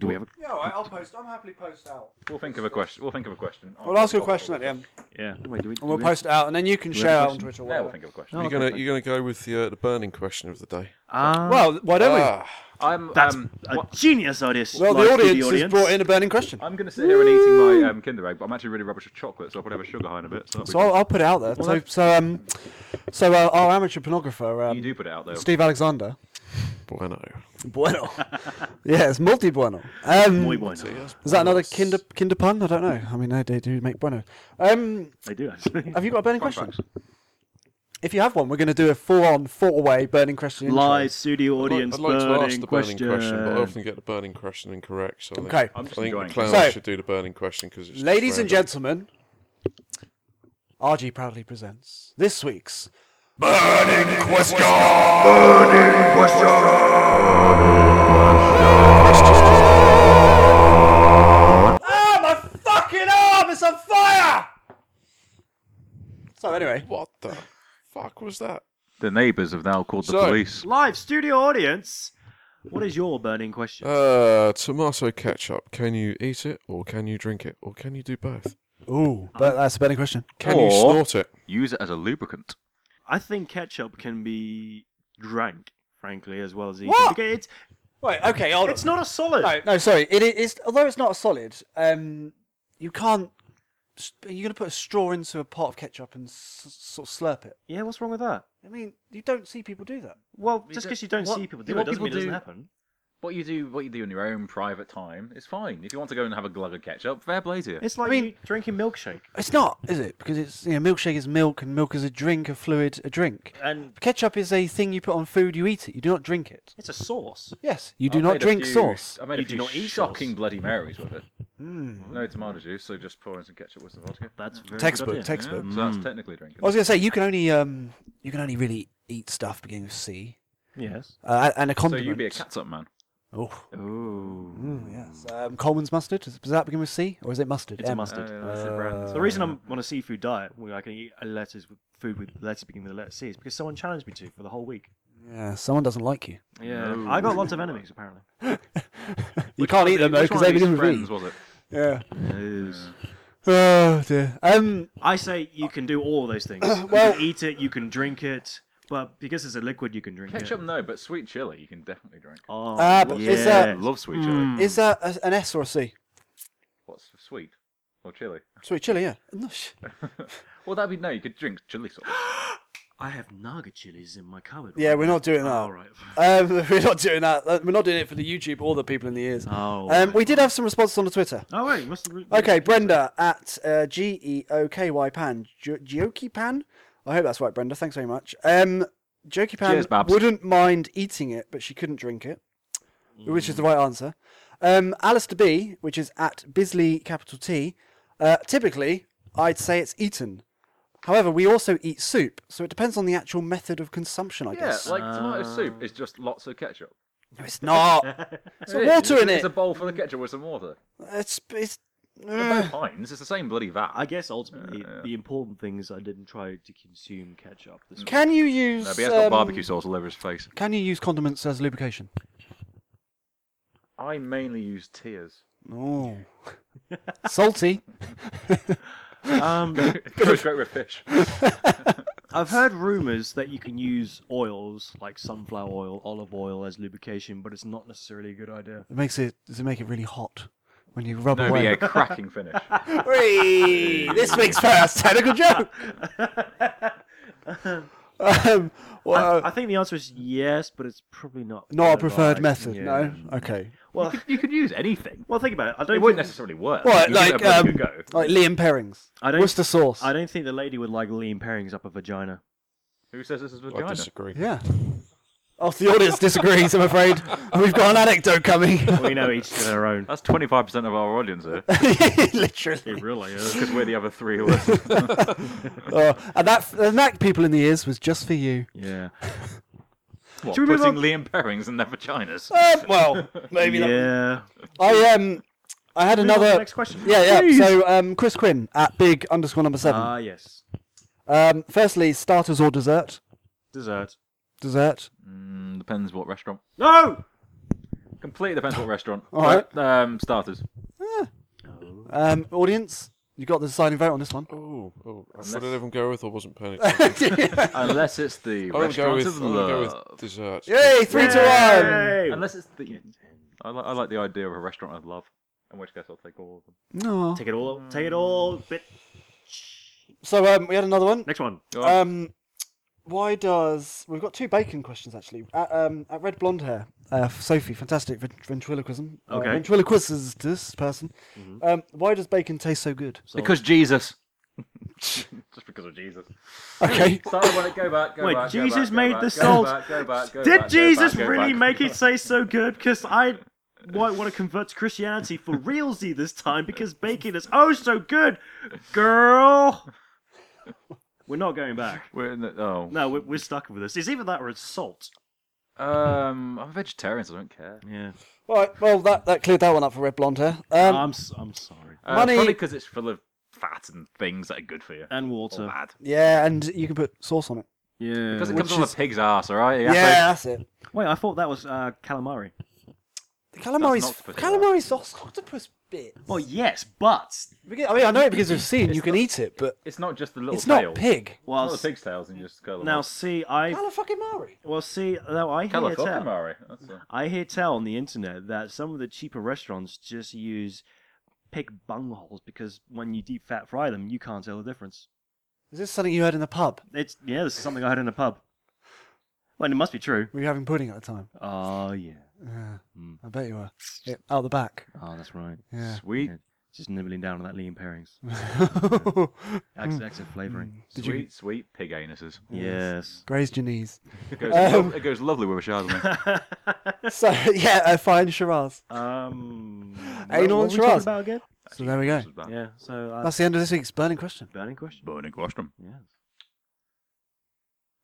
Speaker 1: Do we have a
Speaker 2: Yeah, all right, I'll post. I'm happily post out.
Speaker 5: We'll think of a question. We'll think of a question.
Speaker 2: We'll ask you a question at the end,
Speaker 5: Yeah.
Speaker 1: wait? Do we? do
Speaker 2: and we'll
Speaker 1: we-
Speaker 2: post it out, and then you can
Speaker 1: we have a
Speaker 2: share out on
Speaker 1: question?
Speaker 2: Twitter. Or
Speaker 5: Yeah, we'll
Speaker 2: whatever.
Speaker 5: think of a question.
Speaker 1: No,
Speaker 6: You're
Speaker 1: okay,
Speaker 6: gonna
Speaker 1: fine.
Speaker 6: you're gonna go with the uh, the burning question of the day.
Speaker 1: Ah,
Speaker 2: Well, why don't
Speaker 6: Ah,
Speaker 5: I'm.
Speaker 1: that's
Speaker 5: um,
Speaker 1: a
Speaker 5: what-
Speaker 1: genius idea.
Speaker 2: we? Well,
Speaker 1: Like,
Speaker 2: the
Speaker 1: to
Speaker 2: audience, has brought in a burning question,
Speaker 5: I'm going to sit here and eating my um, Kinder Egg, but I'm actually really rubbish with chocolate, so I'll probably have a sugar high in a bit. So, that'll be
Speaker 2: so I'll, I'll put it out there. so, so um, so uh, our amateur pornographer,
Speaker 5: good.
Speaker 2: um,
Speaker 5: you do put it out there.
Speaker 2: Steve Alexander.
Speaker 6: bueno.
Speaker 2: Bueno. yeah, it's multi bueno. Um,
Speaker 1: Muy bueno.
Speaker 2: Is that another Kinder Kinder pun? I don't know. I mean, they, they do make bueno. Um,
Speaker 1: They do actually.
Speaker 2: have you got a burning question?
Speaker 5: facts.
Speaker 2: If you have one, we're going to do a full-on, four-way burning question. intro.
Speaker 1: Live studio
Speaker 6: I'd like,
Speaker 1: audience
Speaker 6: I'd like to
Speaker 1: burning,
Speaker 6: ask the burning
Speaker 1: question.
Speaker 6: question. but I often get the burning question incorrect. So I think,
Speaker 2: Okay.
Speaker 6: I
Speaker 5: I'm just
Speaker 6: think the
Speaker 5: enjoying it.
Speaker 6: clown
Speaker 2: So-
Speaker 6: should do the burning question because it's just
Speaker 2: Ladies and
Speaker 6: random.
Speaker 2: gentlemen, RG proudly presents this week's Burning Question! Burning Question! Ah, my fucking arm is on fire! So, anyway,
Speaker 6: What the fuck was that?
Speaker 5: The neighbours have now called the
Speaker 6: So-
Speaker 5: police.
Speaker 1: Live studio audience. What is your burning question?
Speaker 6: Uh, tomato ketchup. Can you eat it or can you drink it or can you do both?
Speaker 2: ooh, but that's a burning question.
Speaker 6: Can you
Speaker 5: Or-
Speaker 6: snort it?
Speaker 5: Use it as a lubricant.
Speaker 1: I think ketchup can be drank, frankly, as well as eaten.
Speaker 2: What?
Speaker 1: Because It's,
Speaker 2: Wait, okay, hold
Speaker 1: it's not a solid.
Speaker 2: No, no, sorry. It is although it's not a solid. Um, you can't. s- Are you going to put a straw into a pot of ketchup and s- sort of slurp it?
Speaker 1: Yeah, what's wrong with that?
Speaker 2: I mean, you don't see people do that.
Speaker 1: Well,
Speaker 5: You
Speaker 1: just
Speaker 5: don't-
Speaker 1: because you don't
Speaker 5: what-
Speaker 1: see people do
Speaker 5: what
Speaker 1: it doesn't
Speaker 5: people
Speaker 1: mean it doesn't
Speaker 5: do-
Speaker 1: happen.
Speaker 5: What you do, what you do in your own private time is fine. If you want to go and have a glug of ketchup, fair play to you.
Speaker 1: It's like
Speaker 2: mean-
Speaker 1: you drinking milkshake.
Speaker 2: It's not, is it? Because it's you know, milkshake is milk, and milk is a drink, a fluid, a drink.
Speaker 1: And
Speaker 2: Ketchup is a thing you put on food. You eat it. You do not drink it.
Speaker 1: it's a sauce.
Speaker 2: Yes, you do
Speaker 5: I've
Speaker 2: not
Speaker 5: made a
Speaker 2: drink
Speaker 5: few-
Speaker 2: sauce. Hmm.
Speaker 5: I made a
Speaker 1: You do
Speaker 5: few
Speaker 1: not eat
Speaker 5: shocking
Speaker 1: sauce.
Speaker 5: Bloody Marys with it. No tomato juice, so just pouring some ketchup with some vodka.
Speaker 1: That's very
Speaker 2: Textbook,
Speaker 1: Good idea.
Speaker 2: textbook.
Speaker 5: Yeah, so that's technically drinking.
Speaker 2: I was going to say you can only um you can only really eat stuff beginning with C
Speaker 1: Yes.
Speaker 2: uh, and a
Speaker 5: so
Speaker 2: condiment.
Speaker 5: you'd be a catsup man.
Speaker 2: Oh,
Speaker 1: Ooh.
Speaker 2: mm, yes. Um, Coleman's mustard. Does does that begin with C or is it mustard?
Speaker 1: It's a
Speaker 2: M. Uh,
Speaker 1: mustard.
Speaker 5: Oh, yeah, that's a brand.
Speaker 1: So the reason I'm on a seafood diet where I can eat a lettuce with food with lettuce beginning with the letter C is because someone challenged me to for the whole week.
Speaker 2: Yeah, someone doesn't like you.
Speaker 1: Yeah. I got lots of enemies apparently.
Speaker 2: You can't eat them though
Speaker 5: Which
Speaker 2: because
Speaker 5: one
Speaker 2: they
Speaker 5: of these
Speaker 2: begin with
Speaker 5: friends
Speaker 2: V.
Speaker 5: was it?
Speaker 2: Yeah.
Speaker 1: Yes.
Speaker 2: Oh dear. Um.
Speaker 1: I say you can do all those things. you
Speaker 2: Well-
Speaker 1: can eat it, you can drink it, but because it's a liquid, you can drink
Speaker 5: Ketchup,
Speaker 1: it.
Speaker 5: no, but sweet chili you can definitely drink.
Speaker 1: Oh,
Speaker 2: Ah, but is
Speaker 1: yeah.
Speaker 2: that-
Speaker 5: I love sweet chili.
Speaker 2: Is that a, an S or a C?
Speaker 5: What's for sweet or chili?
Speaker 2: Sweet chili. Yeah. No, sh-
Speaker 5: Well, that'd be no. You could drink chili sauce.
Speaker 1: I have naga chilies in my cupboard.
Speaker 2: Yeah,
Speaker 1: right
Speaker 2: we're
Speaker 1: now.
Speaker 2: not doing that.
Speaker 1: All right.
Speaker 2: Um, we're not doing that. Uh, We're not doing it for the YouTube or the people in the ears.
Speaker 1: Oh.
Speaker 2: Um, we did have some responses on the Twitter.
Speaker 1: Oh wait, you must. Re-
Speaker 2: Okay, Brenda at uh, G E O K Y Pan Jo- Jokey Pan. I hope that's right, Brenda. Thanks very much. Um, Jokey Pan
Speaker 5: Cheers, Babs.
Speaker 2: wouldn't mind eating it, but she couldn't drink it, which is the right answer. Um, Alistair B, which is at Bisley capital T. Uh, typically, I'd say it's eaten. However, we also eat soup, so it depends on the actual method of consumption, I
Speaker 5: Yeah,
Speaker 2: guess.
Speaker 5: like tomato
Speaker 2: Ah.
Speaker 5: soup is just lots of ketchup.
Speaker 2: no, it's not. it's got
Speaker 5: It is,
Speaker 2: water
Speaker 5: it's-
Speaker 2: in
Speaker 5: It's a
Speaker 2: it. Mm.
Speaker 5: bowl full of ketchup with some water.
Speaker 2: It's it's. uh,
Speaker 5: They're both Heinz, it's the same bloody vat.
Speaker 1: I guess ultimately the important thing is I didn't try to consume ketchup. This week.
Speaker 2: Can you use?
Speaker 5: no, but he has got
Speaker 2: um,
Speaker 5: barbecue sauce all over his face.
Speaker 2: Can you use condiments as lubrication?
Speaker 5: I mainly use tears.
Speaker 2: Oh. Salty.
Speaker 1: Um,
Speaker 5: Goes great with fish.
Speaker 1: I've heard rumors that you can use oils like sunflower oil, olive oil as lubrication, but it's not necessarily a good idea.
Speaker 2: It makes it does it make it really hot when you rub
Speaker 5: No, but
Speaker 2: away?
Speaker 5: yeah, cracking finish.
Speaker 2: this week's first technical joke. um, well,
Speaker 1: I think the answer is yes, but it's probably not.
Speaker 2: not a
Speaker 1: good
Speaker 2: preferred
Speaker 1: advice.
Speaker 2: method.
Speaker 1: Yeah.
Speaker 2: No. Okay.
Speaker 5: you, could, you could use anything.
Speaker 1: Well, think about it. I
Speaker 5: It
Speaker 1: don't.
Speaker 5: wouldn't
Speaker 1: Think,
Speaker 5: necessarily work.
Speaker 2: Well,
Speaker 5: You
Speaker 2: like
Speaker 5: give it a bloody
Speaker 2: um,
Speaker 5: good go.
Speaker 2: like Liam Perrings.
Speaker 1: I don't-
Speaker 2: Worcester sauce.
Speaker 1: I don't think the lady would like lean pairings up a vagina.
Speaker 5: Who says this is
Speaker 6: I
Speaker 5: vagina?
Speaker 6: disagree.
Speaker 2: Yeah. Oh, the audience disagrees. I'm afraid we've got an anecdote coming.
Speaker 1: We know each to their own.
Speaker 5: That's 25% of our audience here.
Speaker 2: Literally.
Speaker 1: It really
Speaker 5: Because we're the other three who listen.
Speaker 2: Oh, and that and that people in the ears was just for you.
Speaker 1: Yeah.
Speaker 5: What,
Speaker 1: we move on?
Speaker 5: putting Liam Perrings in their vaginas?
Speaker 2: Um, well, maybe not.
Speaker 1: Yeah.
Speaker 2: I um, I had
Speaker 1: Move on to
Speaker 2: another.
Speaker 1: the next question.
Speaker 2: Yeah, yeah. So um, Chris Quinn at big underscore number seven.
Speaker 1: Ah, yes.
Speaker 2: um, firstly, starters or dessert?
Speaker 1: Dessert.
Speaker 2: Dessert.
Speaker 5: Mm, depends what restaurant.
Speaker 1: No.
Speaker 5: Completely depends what restaurant.
Speaker 2: All right.
Speaker 5: Um, starters.
Speaker 2: Um, audience, you got the deciding vote on this one.
Speaker 6: Oh, oh, I
Speaker 5: Unless-
Speaker 6: thought I'd even go with or wasn't panicking.
Speaker 5: Unless it's the
Speaker 6: I'm gonna
Speaker 5: restaurant
Speaker 6: go with, I'm
Speaker 5: of
Speaker 6: gonna go with
Speaker 5: love.
Speaker 6: dessert.
Speaker 2: Yay, three to
Speaker 5: Unless it's the. I, li- I like the idea of a restaurant of love. In which case, I'll take all of them.
Speaker 2: one. No.
Speaker 1: Take it all. Take it all. Bit.
Speaker 2: So um, we had another one.
Speaker 1: Next one.
Speaker 5: Go on.
Speaker 2: Um, why does we've got two bacon questions actually at, um, at red blonde hair? Uh, Sophie, fantastic ven- ventriloquism. uh,
Speaker 1: Okay.
Speaker 2: ventriloquist this person.
Speaker 5: Mm-hmm.
Speaker 2: Um, why does bacon taste so good?
Speaker 5: because Jesus. Just because of Jesus.
Speaker 2: Okay.
Speaker 5: Start the one. Go back. Go
Speaker 1: Wait,
Speaker 5: back, go
Speaker 1: Jesus
Speaker 5: back, go
Speaker 1: made
Speaker 5: back,
Speaker 1: the
Speaker 5: go
Speaker 1: salt.
Speaker 5: back, go back, go
Speaker 1: Did
Speaker 5: back, go
Speaker 1: Jesus
Speaker 5: back, go
Speaker 1: really
Speaker 5: back.
Speaker 1: make it say so good? Because I might want to convert to Christianity for realsy this time because bacon is oh so good, girl. We're not going back.
Speaker 5: We're in the, oh.
Speaker 1: No, we're, we're stuck with this. It's either that or it's salt.
Speaker 5: Um, I'm a vegetarian, so I don't care.
Speaker 1: Yeah.
Speaker 2: All right. Well, that, that cleared that one up for red blonde hair. Um,
Speaker 5: Uh-huh.
Speaker 1: I'm, s- I'm sorry.
Speaker 5: Uh,
Speaker 2: Money-
Speaker 5: Probably because it's full of fat and things that are good for you.
Speaker 1: And
Speaker 5: Or
Speaker 1: water.
Speaker 5: bad.
Speaker 2: yeah, and you can put sauce on it.
Speaker 1: Yeah.
Speaker 5: Because Oh, it
Speaker 2: Which
Speaker 5: comes from a
Speaker 2: is-
Speaker 5: pig's ass, all right?
Speaker 2: Yeah,
Speaker 5: so-
Speaker 2: that's it.
Speaker 1: Wait, I thought that was uh, calamari.
Speaker 2: The calamari's
Speaker 5: That's an octopus,
Speaker 2: calamari sauce octopus bit.
Speaker 1: Well, yes, but
Speaker 2: We get- I mean, I know it because we've seen. You can eat it, but
Speaker 5: It's not just the little
Speaker 2: it's
Speaker 5: tail.
Speaker 2: not pig.
Speaker 5: It's not
Speaker 1: well,
Speaker 5: the pig's tails and you just go
Speaker 1: now see, I
Speaker 2: Calamari.
Speaker 1: well see, now I hear tell,
Speaker 5: Calamari. That's a...
Speaker 1: I hear tell on the internet that some of the cheaper restaurants just use pig bungholes because when you deep fat fry them, you can't tell the difference.
Speaker 2: Is this something you heard in the pub?
Speaker 1: It's yeah, this is something I heard in a pub. Well, and it must be true.
Speaker 2: Were you having pudding at the time?
Speaker 1: Oh yeah,
Speaker 2: Yeah,
Speaker 5: Hmm.
Speaker 1: Mm.
Speaker 2: I bet you were. Yeah, out the back.
Speaker 1: oh that's right.
Speaker 2: Yeah. Mm.
Speaker 5: Sweet.
Speaker 1: Yeah. Just nibbling down on that lean pairings, Ex- extra flavoring.
Speaker 2: Did
Speaker 5: sweet,
Speaker 2: you
Speaker 5: sweet pig anuses.
Speaker 2: Mm.
Speaker 1: Yes.
Speaker 2: grazed your knees?
Speaker 5: It goes,
Speaker 2: Um,
Speaker 5: lo- it goes lovely with a Chardonnay.
Speaker 2: So yeah, uh, fine Shiraz.
Speaker 1: um. what- what
Speaker 2: Anal and
Speaker 1: were we talking
Speaker 2: Shiraz.
Speaker 1: about again?
Speaker 2: So there we go.
Speaker 1: Yeah. So uh,
Speaker 2: That's the end of this week's burning question.
Speaker 1: burning question.
Speaker 5: Burning question.
Speaker 1: Yes.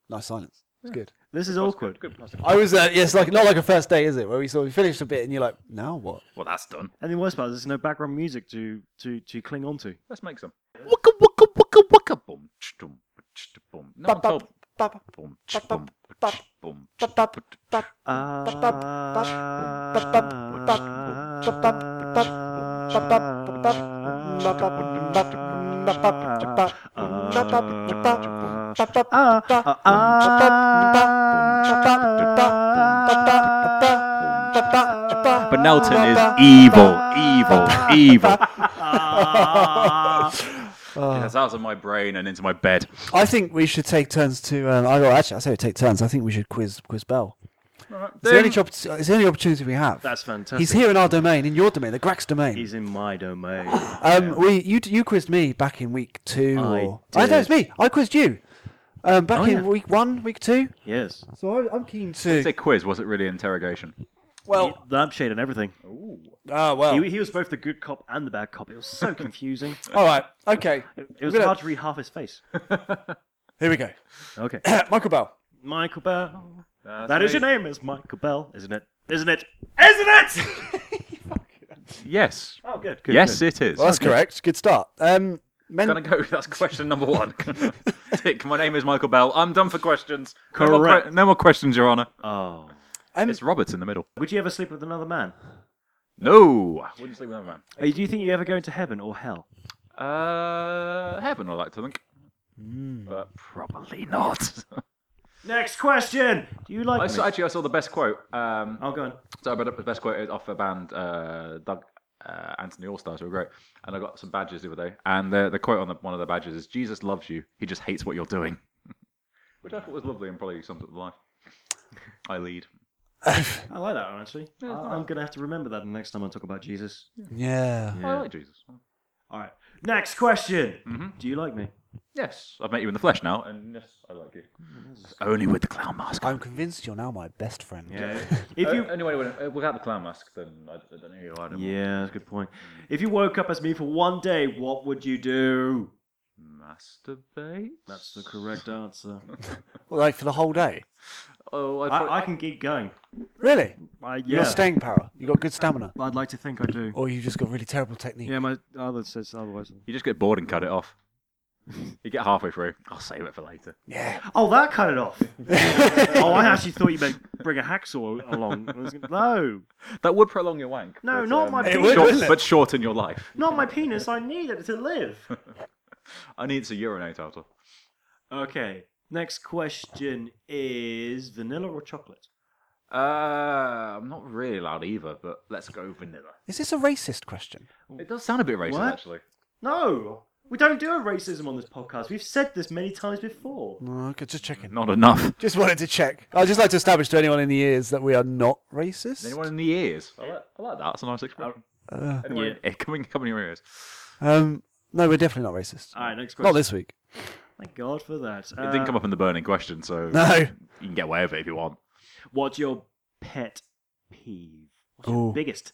Speaker 2: Nice silence. It's good.
Speaker 1: This is awkward.
Speaker 5: Good plastic.
Speaker 2: I was, uh, yes, like not like a first day, is it? Where we sort of finished a bit and you're like, now what?
Speaker 5: Well, that's done.
Speaker 1: And the worst part is there's no background music to to to cling on to.
Speaker 5: Let's make some. Waka waka waka waka boom ch boom ch boom. No one
Speaker 2: Bop,
Speaker 5: told.
Speaker 2: bop, bop,
Speaker 5: Boom ch
Speaker 2: bop,
Speaker 5: boom
Speaker 2: bop,
Speaker 5: ch boom.
Speaker 2: bop, bop, bop.
Speaker 5: But Nelton is evil, evil, evil. It has out of my brain and into my bed.
Speaker 2: I think we should take turns to. Um, I well, actually, I say we take turns. I think we should quiz quiz Bell. It's the, only job, it's the only opportunity we have.
Speaker 1: That's
Speaker 2: He's
Speaker 1: fantastic.
Speaker 2: here in our domain, in your domain, the Grax domain.
Speaker 1: He's in my domain.
Speaker 2: Um, we you you quizzed me back in week two.
Speaker 1: I
Speaker 2: or, I know it's me. I quizzed you. Um, back
Speaker 1: Oh,
Speaker 2: in
Speaker 1: yeah.
Speaker 2: week one, week two.
Speaker 1: Yes.
Speaker 2: So I, I'm keen
Speaker 5: It's a
Speaker 2: to.
Speaker 5: quiz, was it really interrogation?
Speaker 2: Well,
Speaker 1: Lampshade and everything.
Speaker 2: ah, well.
Speaker 1: He, he was both the good cop and the bad cop. It was so confusing.
Speaker 2: All right. Okay.
Speaker 1: It was
Speaker 2: We're gonna-
Speaker 1: hard to read half his face.
Speaker 2: Here we go.
Speaker 1: Okay.
Speaker 2: Michael Bell.
Speaker 1: Michael Bell.
Speaker 5: That's
Speaker 1: That is
Speaker 5: me.
Speaker 1: your name, is Michael Bell, isn't it? Isn't it? Isn't it?
Speaker 5: Yes.
Speaker 1: oh, good. good
Speaker 5: Yes,
Speaker 1: good.
Speaker 5: it is.
Speaker 2: Well, that's correct. Good start. Um, men-
Speaker 5: Can I go? That's question number one. Tick. My name is Michael Bell. I'm done for questions. No more,
Speaker 1: Correct.
Speaker 5: que- no more questions, Your Honour.
Speaker 1: Oh.
Speaker 2: um,
Speaker 5: It's Roberts in the middle.
Speaker 1: Would you ever sleep with another man?
Speaker 5: No. I Wouldn't sleep with another
Speaker 1: Uh, Do you think you ever go into heaven or hell?
Speaker 5: man. Uh, heaven, I like to think. But probably not.
Speaker 1: Next question. Do you like
Speaker 5: I
Speaker 1: me?
Speaker 5: saw, actually, I saw the best quote. Um,
Speaker 1: Oh, go on.
Speaker 5: So I read up the best quote off a band, uh, Doug uh, Anthony Allstars, who were great. And I got some badges the other day. And the, the quote on the, one of the badges is Jesus loves you, he just hates what you're doing. Which I thought was lovely and probably sums up the life I lead.
Speaker 1: I like that, honestly. I- I'm going to have to remember that the next time I talk about Jesus.
Speaker 2: yeah.
Speaker 5: I like Jesus.
Speaker 1: All right. Next question.
Speaker 5: Mm-hmm.
Speaker 1: Do you like me?
Speaker 5: Yes, I've met you in the flesh now, and yes, I like you. Only with the clown mask.
Speaker 2: I'm convinced you're now my best friend.
Speaker 1: If you.
Speaker 5: anyway, when- uh, without the clown mask, then I, I don't know who you are. anymore.
Speaker 1: Yeah, that's a good point. If you woke up as me for one day, what would you do?
Speaker 5: Masturbate?
Speaker 1: That's the correct answer.
Speaker 2: Well, like for the whole day.
Speaker 5: Oh, I,
Speaker 1: I, I can keep going.
Speaker 2: Really?
Speaker 1: I,
Speaker 2: You
Speaker 1: yeah.
Speaker 2: got staying power. You got good stamina.
Speaker 1: I'd like to think I do.
Speaker 2: Or you just got really terrible technique.
Speaker 1: Yeah, my other says otherwise.
Speaker 5: You just get bored and cut it off. You get halfway through. I'll save it for later.
Speaker 2: Yeah.
Speaker 1: Oh, that cut it off. oh, I actually thought you meant bring a hacksaw along. I was gonna- No,
Speaker 5: That would prolong your wank. um,
Speaker 1: No, not my um, It
Speaker 2: would,
Speaker 5: short-
Speaker 2: wouldn't it?
Speaker 5: but shorten your life.
Speaker 1: not my penis. I need it to live.
Speaker 5: I need to urinate after.
Speaker 1: Okay. Next question is vanilla or chocolate?
Speaker 5: Uh, I'm not really allowed either, but let's go vanilla.
Speaker 2: Is this a racist question?
Speaker 5: It does sound a bit racist,
Speaker 1: What?
Speaker 5: actually.
Speaker 1: No, we don't do a racism on this podcast. We've said this many times before.
Speaker 2: No, okay, just checking.
Speaker 5: Not enough.
Speaker 2: Just wanted to check. I'd just like to establish to anyone in the ears that we are not racist.
Speaker 5: Anyone in the ears? I like, I like that. That's a nice expression.
Speaker 2: Uh,
Speaker 5: Anyway, yeah. coming, coming in your ears.
Speaker 2: um, no, we're definitely not racist.
Speaker 1: All right, next question.
Speaker 2: Not this week.
Speaker 1: Thank God for that.
Speaker 5: It didn't come up in the burning question, so
Speaker 2: No.
Speaker 5: you can get away with it if you want.
Speaker 1: Uh, What's your pet peeve? What's
Speaker 2: Ooh.
Speaker 1: your biggest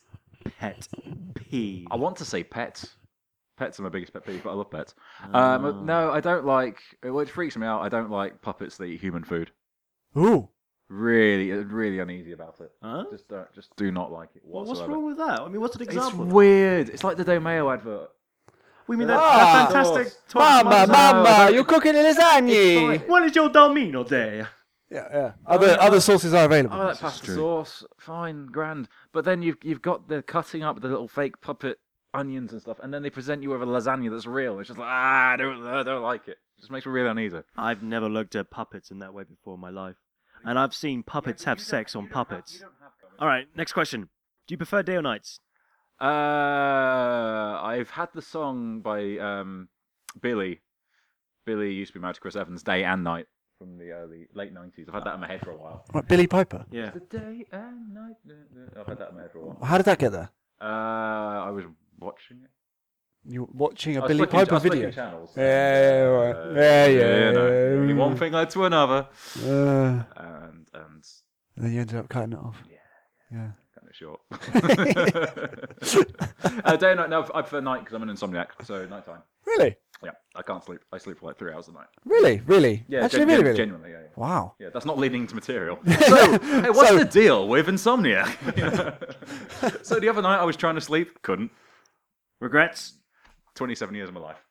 Speaker 1: pet peeve?
Speaker 5: Oh. I want to say pets. Pets are my biggest pet peeve, but I love pets.
Speaker 1: Ah.
Speaker 5: Um, no, I don't like. Well, it freaks me out. I don't like puppets that eat human food.
Speaker 2: Ooh.
Speaker 5: Really, uh, really uneasy about it.
Speaker 1: Huh?
Speaker 5: Just, don't, just do not like it
Speaker 1: Well,
Speaker 5: whatsoever.
Speaker 1: what's wrong with that? I mean, what's an
Speaker 5: It's
Speaker 1: example?
Speaker 5: weird. It's like the Domeo advert.
Speaker 1: we mean that,
Speaker 2: Ah.
Speaker 1: that fantastic.
Speaker 2: Mama,
Speaker 1: Thomas
Speaker 2: mama,
Speaker 5: no.
Speaker 2: you're cooking lasagna.
Speaker 1: What is your Dalmino day?
Speaker 2: Yeah, yeah. Other other sources are available.
Speaker 5: I like Oh, pasta sauce, fine, grand. But then you've you've got the cutting up the little fake puppet onions and stuff, and then they present you with a lasagna that's real. It's just like ah, I don't, I don't like it. It just makes me really uneasy.
Speaker 1: I've never looked at puppets in that way before in my life. And I've seen puppets have sex on puppets. All right, next question. Do you prefer day or nights?
Speaker 5: Uh, I've had the song by um, Billy. Billy used to be married to Chris Evans, day and night from the early late nineties. I've had that in my head for a while.
Speaker 2: What, Billy Piper.
Speaker 1: Yeah.
Speaker 5: The day and night. I've had that in my head for a while.
Speaker 2: How did that get there?
Speaker 5: Uh, I was watching it.
Speaker 2: You watching a
Speaker 5: I was
Speaker 2: Billy
Speaker 5: flicking- I
Speaker 2: Piper
Speaker 5: was flicking
Speaker 2: video?
Speaker 5: channels.
Speaker 2: Yeah, yeah, yeah, right. Yeah, yeah,
Speaker 5: no.
Speaker 2: yeah.
Speaker 5: One thing led to another,
Speaker 2: Uh,
Speaker 5: and and
Speaker 2: then you ended up cutting it off. Yeah.
Speaker 5: kind of short. uh, day and night. No, I prefer night because I'm an insomniac, so nighttime.
Speaker 2: Really?
Speaker 5: Yeah, I can't sleep. I sleep for like three hours a night.
Speaker 2: Really? Really?
Speaker 5: Yeah,
Speaker 2: Actually,
Speaker 5: gen-
Speaker 2: really,
Speaker 5: gen-
Speaker 2: really.
Speaker 5: genuinely. Yeah, yeah.
Speaker 2: Wow.
Speaker 5: yeah, that's not leading to material. So, hey, what's the deal with insomnia? You know? so the other night I was trying to sleep, couldn't.
Speaker 1: Regrets?
Speaker 5: 27 years of my life.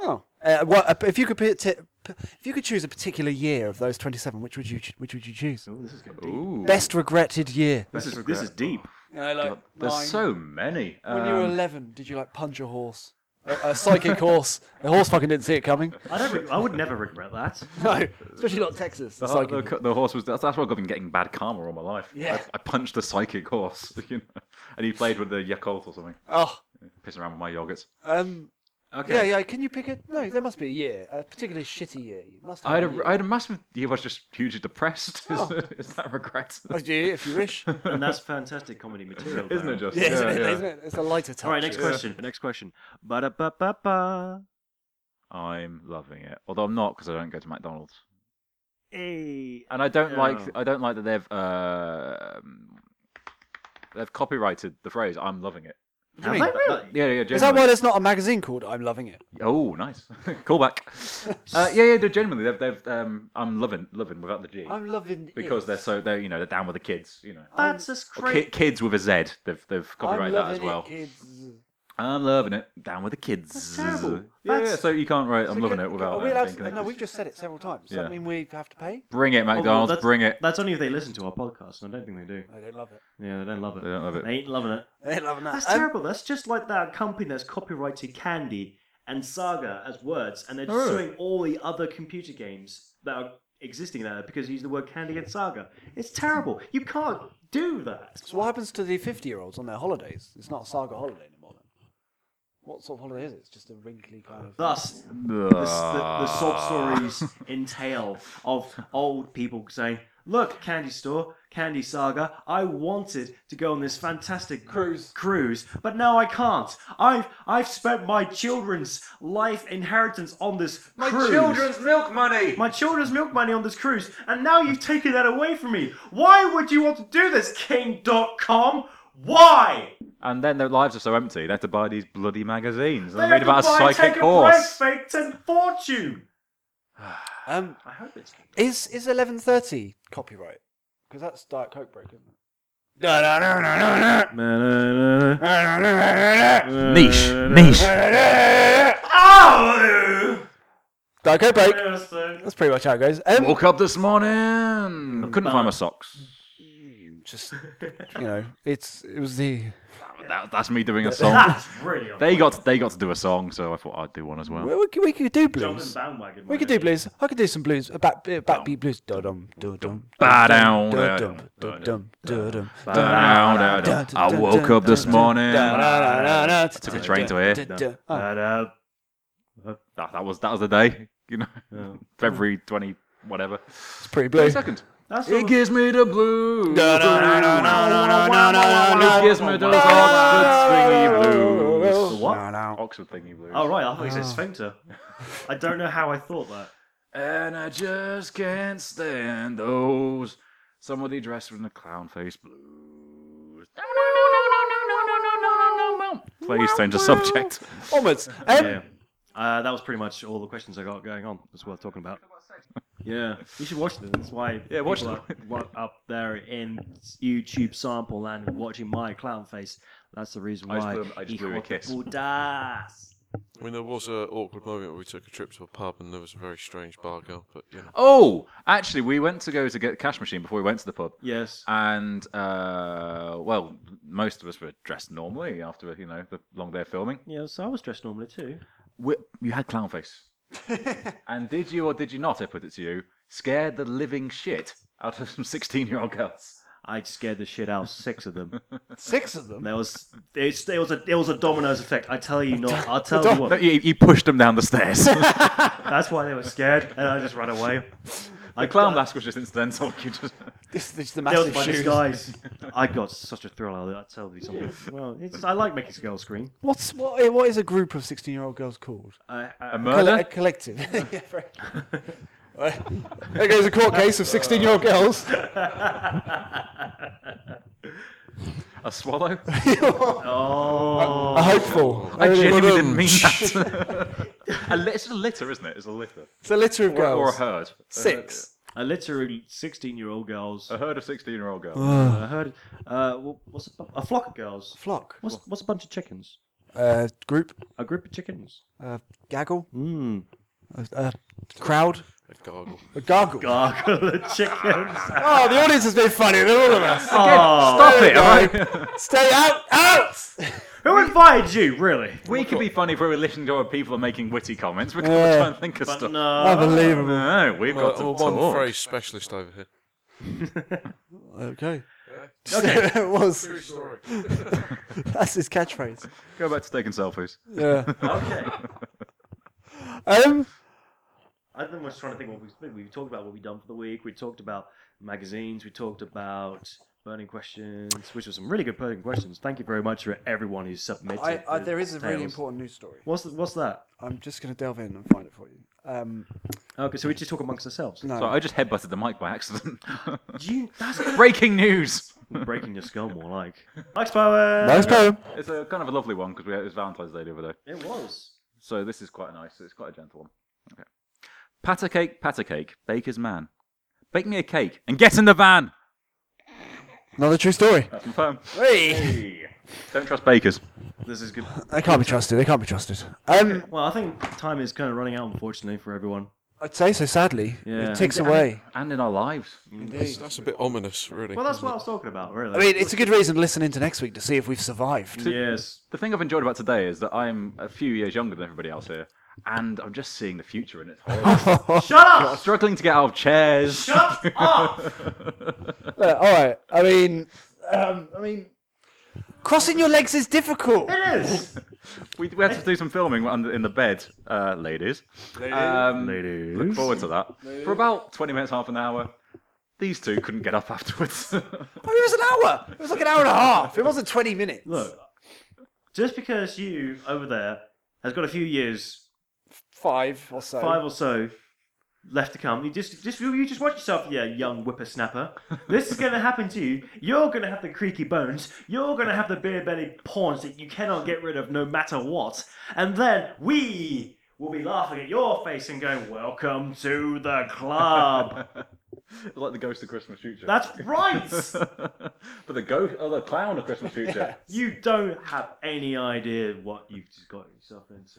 Speaker 2: Oh. Uh, what if you could pi- ti- p- if you could choose a particular year of those 27, which would you ch- which would you choose?
Speaker 5: Ooh,
Speaker 2: Best regretted year.
Speaker 1: This is this is deep.
Speaker 2: I like
Speaker 5: there's so many.
Speaker 2: When you were
Speaker 5: Um,
Speaker 2: 11, did you like punch a horse? A, a psychic horse. The horse fucking didn't see it coming.
Speaker 1: I don't. Re- I would never regret that.
Speaker 2: No, especially not Texas.
Speaker 5: The,
Speaker 2: It's
Speaker 5: ho-
Speaker 2: like-
Speaker 5: Oh, the, co- the horse was that's, that's why I've been getting bad karma all my life.
Speaker 2: Yeah.
Speaker 5: I, I punched a psychic horse, you know, and he played with the Yakult or something,
Speaker 2: oh,
Speaker 5: pissing around with my yogurts.
Speaker 2: um,
Speaker 5: Okay.
Speaker 2: yeah, yeah. Can you pick a? No, there must be a year, a particularly shitty year. You must. Have
Speaker 5: I had
Speaker 2: a
Speaker 5: a, I had a massive year. I was just hugely depressed. Is, is that regret?
Speaker 2: year. A year, if Oh, you wish.
Speaker 1: And that's fantastic comedy material.
Speaker 5: Isn't it
Speaker 1: Darren.
Speaker 5: just?
Speaker 2: Yeah, isn't, it,
Speaker 5: yeah.
Speaker 2: isn't it? It's a lighter touch.
Speaker 1: All right, next question. Next question. Ba ba ba ba.
Speaker 5: I'm loving it, although I'm not because I don't go to McDonald's,
Speaker 1: Hey.
Speaker 5: and I don't like
Speaker 1: Oh.
Speaker 5: I don't like that they've uh, they've copyrighted the phrase "I'm loving it."
Speaker 1: Have they really?
Speaker 5: Yeah, yeah.
Speaker 2: Is that
Speaker 5: genuinely.
Speaker 2: why there's not a magazine called "I'm Loving It"?
Speaker 5: Oh, nice. Callback. uh, yeah, yeah, no, genuinely, they've, they've, um, I'm loving, loving without the G.
Speaker 2: I'm loving
Speaker 5: because
Speaker 2: it.
Speaker 5: they're so, they're, you know, they're down with the kids, you know.
Speaker 1: That's just
Speaker 5: Or ki-
Speaker 1: crazy.
Speaker 5: kids with a Z, they've, they've
Speaker 2: I'm
Speaker 5: copyrighted that as
Speaker 2: loving it,
Speaker 5: well.
Speaker 2: kids.
Speaker 5: I'm loving it, down with the kids. That's
Speaker 1: terrible.
Speaker 5: Yeah,
Speaker 1: That's-
Speaker 5: so you can't write I'm
Speaker 2: So
Speaker 5: loving
Speaker 2: can-
Speaker 5: it without
Speaker 2: Are we
Speaker 5: uh,
Speaker 2: allowed
Speaker 5: being
Speaker 2: to- no,
Speaker 5: connected.
Speaker 2: we've just said it several times. Does
Speaker 5: Yeah.
Speaker 2: that mean we have to pay?
Speaker 5: Bring it, McDonald's,
Speaker 1: that's-
Speaker 5: bring it.
Speaker 1: That's only if they listen to our podcast, and I don't think they do.
Speaker 2: I don't love it.
Speaker 1: Yeah, they don't love it.
Speaker 5: They don't love it.
Speaker 1: They ain't loving it.
Speaker 2: I ain't loving that.
Speaker 1: That's
Speaker 2: Um,
Speaker 1: terrible. That's just like that company that's copyrighted Candy and Saga as words, and they're just
Speaker 5: Oh, really?
Speaker 1: suing all the other computer games that are existing there because you use the word Candy and Saga. It's terrible. You can't do that.
Speaker 2: So what happens to the 50-year-olds on their holidays? It's not a saga holiday anymore. Then. What sort of holiday is it? It's just a wrinkly kind of.
Speaker 1: Thus, the, the, the sob stories entail of old people saying, "Look, Candy Store, Candy Saga. I wanted to go on this fantastic
Speaker 2: Cruise.
Speaker 1: cruise, but now I can't. I've I've spent my children's life inheritance on this cruise.
Speaker 5: milk money!
Speaker 1: my children's milk money on this cruise, and now you've taken that away from me. Why would you want to do this, King.com? Why?
Speaker 5: And then their lives are so empty, they have to buy these bloody magazines and
Speaker 1: They
Speaker 5: read about a
Speaker 1: have to buy
Speaker 5: psychic
Speaker 1: Take
Speaker 5: horse.
Speaker 1: Break, fate and fortune.
Speaker 2: Um,
Speaker 1: I hope it's.
Speaker 2: is is eleven thirty copyright? Because that's Diet Coke break, isn't it? No, no, no, no, no, no.
Speaker 5: Niche, niche.
Speaker 1: Oh!
Speaker 2: Diet Coke break.
Speaker 1: uh,
Speaker 2: That's pretty much how it goes. Um,
Speaker 5: Woke up this morning. Couldn't find my socks.
Speaker 2: just you know, it's it was the
Speaker 5: That, that's me doing a song. they got they got to do a song, so I thought I'd do one as well.
Speaker 2: we, we, could- we could do
Speaker 5: Oh.
Speaker 1: Jumping
Speaker 2: blues.
Speaker 1: bandwagon.
Speaker 2: We could do blues. I could do some blues. A back a backbeat blues. Dum dum dum. Dum
Speaker 5: Ba-dum,
Speaker 2: dum
Speaker 5: da-dum,
Speaker 2: dum dum.
Speaker 5: Da-da-da-da. I woke up this morning.
Speaker 2: I
Speaker 5: took a train to here.
Speaker 2: Ah,
Speaker 1: Da-da.
Speaker 5: That, that was that was the day, you know, February twenty whatever.
Speaker 2: It's pretty blue.
Speaker 5: Twenty second.
Speaker 1: That's
Speaker 5: It gives me the blues. It
Speaker 2: Gives
Speaker 5: gives me those Oxford thingy blues.
Speaker 1: what?
Speaker 5: Oxford thingy blues.
Speaker 1: Oh right, I thought you said sphincter. I don't know how I thought that.
Speaker 5: And I just can't stand those. Somebody dressed in the clown face blues. No, no, no, no, no, no, no, no, no, no, no. Please change the subject.
Speaker 2: Onwards. Um,
Speaker 1: Yeah. Uh, that was pretty much all the questions I got going on. It's worth talking about. Yeah, you should watch them. That's why.
Speaker 5: Yeah, watch
Speaker 1: people Are, are up there in YouTube sample land watching my clown face. That's the reason
Speaker 5: I just
Speaker 1: why.
Speaker 5: blew- I just
Speaker 1: Hijo
Speaker 5: blew a
Speaker 1: de
Speaker 5: kiss.
Speaker 1: putas.
Speaker 6: I mean, there was an awkward moment where we took a trip to a pub and there was a very strange bar girl, but you know.
Speaker 5: Oh, actually, we went to go to get a cash machine before we went to the pub.
Speaker 1: Yes.
Speaker 5: And uh, well, most of us were dressed normally after you know the long day of filming.
Speaker 1: Yeah, so I was dressed normally too.
Speaker 5: We, you had clown face, and did you or did you not? I put it to you, scared the living shit out of some sixteen-year-old girls.
Speaker 1: I scared the shit out of six of them.
Speaker 2: Six of them.
Speaker 1: There was it's, it was a it was a dominoes effect. I tell you not. I'll tell you
Speaker 5: No,
Speaker 1: what.
Speaker 5: you, you pushed them down the stairs. the
Speaker 1: That's why they were scared, and I just ran away. I
Speaker 5: clown mask was just incidental. You just
Speaker 2: This this is the
Speaker 1: That was
Speaker 2: massive
Speaker 1: my
Speaker 2: shoes.
Speaker 1: disguise. I got such a thrill out of that. I tell you something. Well, it's, I like making girls scream.
Speaker 2: What's what? eh, What is a group of sixteen-year-old girls called?
Speaker 1: I, I,
Speaker 5: a
Speaker 2: Colle-
Speaker 5: murder.
Speaker 2: a collective. Yeah, very- there goes a court case of sixteen-year-old girls.
Speaker 5: A swallow?
Speaker 1: oh,
Speaker 2: A hopeful.
Speaker 5: I genuinely didn't mean that. a li- it's a litter, isn't it? It's a litter.
Speaker 2: It's a litter of
Speaker 5: Or,
Speaker 2: girls.
Speaker 5: or a herd.
Speaker 2: Six.
Speaker 1: a literally sixteen-year-old girls.
Speaker 5: A herd of 16 year old girls.
Speaker 1: I heard. Uh, wh- what's a, bu- a flock of girls?
Speaker 2: Flock.
Speaker 1: What's what's a bunch of chickens?
Speaker 2: Uh, group.
Speaker 1: A group of chickens.
Speaker 2: Uh, gaggle. Hmm.
Speaker 1: Mmm.
Speaker 2: A, a crowd.
Speaker 6: A gargle.
Speaker 2: A gargle.
Speaker 1: Gargle of Ah, chickens. Ah.
Speaker 2: Oh, the audience has been funny. They're all of us.
Speaker 5: Stop it, alright?
Speaker 2: Stay out, out.
Speaker 1: Who invited you, really?
Speaker 5: We could be funny if we were listening to other people and making witty comments. We're
Speaker 2: Yeah.
Speaker 5: going to try and think of stuff. No.
Speaker 1: No.
Speaker 2: Unbelievable.
Speaker 5: we've
Speaker 6: Well,
Speaker 5: got to
Speaker 6: well,
Speaker 5: talk.
Speaker 6: one phrase specialist over here.
Speaker 2: Okay. Okay. it was. That's his catchphrase.
Speaker 5: Go back to taking selfies.
Speaker 2: Yeah.
Speaker 1: Okay.
Speaker 2: Um.
Speaker 1: I think we're just trying to think what we've we talked about what we've done for the week. We talked about magazines. We talked about burning questions, which were some really good burning questions. Thank you very much for everyone who submitted.
Speaker 2: I, I,
Speaker 1: the
Speaker 2: there is a really
Speaker 1: tales.
Speaker 2: important news story.
Speaker 1: What's the, what's that?
Speaker 2: I'm just going to delve in and find it for you. Um.
Speaker 1: Okay, so we just talk amongst ourselves.
Speaker 2: No.
Speaker 5: So I just headbutted the mic by accident.
Speaker 1: Do you, that's
Speaker 5: Breaking news!
Speaker 1: breaking your skull more like. Max Power.
Speaker 2: Nice poem.
Speaker 5: It's a kind of a lovely one because it was Valentine's Day the other day.
Speaker 1: It was.
Speaker 5: So this is quite nice. It's quite a gentle one. Okay. Patter cake, patter cake, baker's man. Bake me a cake and get in the van.
Speaker 2: Another true story.
Speaker 5: Confirm.
Speaker 2: Hey.
Speaker 5: Don't trust bakers.
Speaker 1: This is good.
Speaker 2: They can't be trusted. They can't be trusted. Um.
Speaker 1: Well, I think time is kind of running out, unfortunately, for everyone.
Speaker 2: I'd say so. Sadly,
Speaker 1: Yeah.
Speaker 2: it ticks away.
Speaker 5: And in our lives.
Speaker 6: That's, that's a bit ominous, really.
Speaker 1: Well, that's
Speaker 6: isn't
Speaker 1: what I was talking about, really.
Speaker 2: I mean, it's a good reason to listen into next week to see if we've survived.
Speaker 1: yes.
Speaker 5: The thing I've enjoyed about today is that I'm a few years younger than everybody else here, and I'm just seeing the future in it.
Speaker 1: Shut up!
Speaker 5: I'm struggling to get out of chairs.
Speaker 1: Shut up!
Speaker 2: Uh, all right. I mean, um, I mean, crossing your legs is difficult.
Speaker 1: It is.
Speaker 5: We, we had to do some filming under, in the bed, uh, ladies. Um,
Speaker 1: Ladies.
Speaker 5: Look forward to that. For about 20 minutes, half an hour, these two couldn't get up afterwards.
Speaker 2: Oh, it was an hour. It was like an hour and a half. It wasn't 20 minutes.
Speaker 1: Look, just because you over there has got a few years,
Speaker 2: Five or so.
Speaker 1: five or so, left to come, you just, just you just watch yourself, yeah, young whippersnapper. This is going to happen to you. You're going to have the creaky bones. You're going to have the beer belly pawns that you cannot get rid of no matter what. And then we will be laughing at your face and going, "Welcome to the club."
Speaker 5: like the ghost of Christmas future.
Speaker 1: Um. That's right.
Speaker 5: but the ghost, oh, the clown of Christmas future.
Speaker 1: You don't have any idea what you've just got yourself into.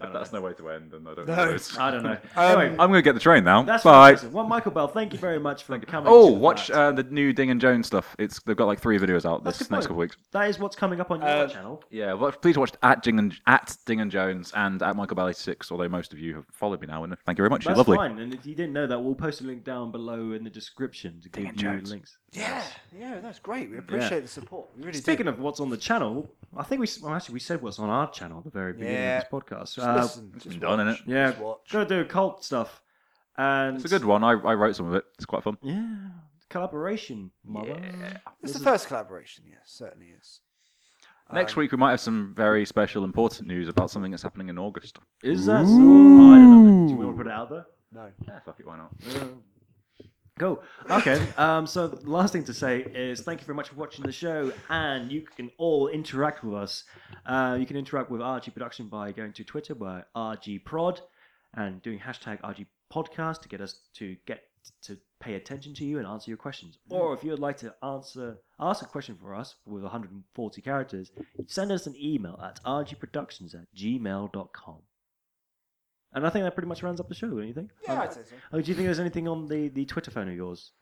Speaker 5: That- That's no way to end, and I don't
Speaker 7: No.
Speaker 5: know. those.
Speaker 1: I don't know.
Speaker 5: Anyway, I'm going to get the train now.
Speaker 1: Uh, That's
Speaker 5: Bye.
Speaker 1: fantastic. Well, Michael Bell, thank you very much for coming.
Speaker 5: Oh,
Speaker 1: to the
Speaker 5: watch
Speaker 1: Bat.
Speaker 5: uh, the new Ding and Jones stuff. It's they've got like three videos out
Speaker 1: That's a
Speaker 5: this
Speaker 1: good point.
Speaker 5: next couple of weeks.
Speaker 1: That is what's coming up on your
Speaker 5: Uh,
Speaker 1: channel.
Speaker 5: Yeah, well, please watch at Ding and at Ding and Jones and at Michael Bailey Six. Although most of you have followed me now, and thank you very much. You're
Speaker 1: That's
Speaker 5: lovely.
Speaker 1: fine. And if you didn't know that, we'll post a link down below in the description to give you links.
Speaker 7: Yeah, yeah, that's great. We appreciate the support. We really
Speaker 1: Speaking of what's on the channel, I think we s- well, actually we said what's on our channel at the very beginning
Speaker 7: Yeah.
Speaker 1: of this podcast.
Speaker 7: do.
Speaker 1: Uh,
Speaker 7: Listen,
Speaker 5: It's been done, innit?
Speaker 1: yeah,
Speaker 7: Just watch.
Speaker 1: gonna do cult stuff, and
Speaker 5: It's a good one. I, I wrote some of it. It's quite fun.
Speaker 1: yeah collaboration. Mother.
Speaker 7: It's the first collaboration. Yes, certainly is.
Speaker 2: Um,
Speaker 5: Next week we might have some very special, important news about something that's happening in August.
Speaker 1: Is that so? I don't know. Do we want to put it out there?
Speaker 7: No.
Speaker 5: Yeah, fuck it, why not?
Speaker 1: Cool. Okay. Um, so the last thing to say is thank you very much for watching the show, and you can all interact with us. Uh, you can interact with RG Production by going to Twitter by RG Prod and doing hashtag RG Podcast to get us to get to pay attention to you and answer your questions. Or if you would like to answer ask a question for us with 140 characters, send us an email at rgproductions at gmail.com. And I think that pretty much rounds up the show, don't you think?
Speaker 7: Yeah,
Speaker 1: Um,
Speaker 7: I'd say so.
Speaker 1: Oh, do you think there's anything on the, the Twitter phone of yours?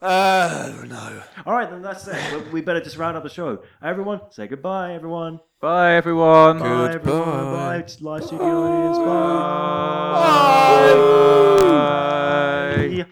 Speaker 2: uh,
Speaker 7: Oh no.
Speaker 1: All right, then that's it. We- We better just round up the show. Everyone, say goodbye, everyone.
Speaker 5: Bye, everyone.
Speaker 1: Bye, everyone.
Speaker 6: Goodbye.
Speaker 1: Bye, live studio audience. Bye.
Speaker 7: Bye.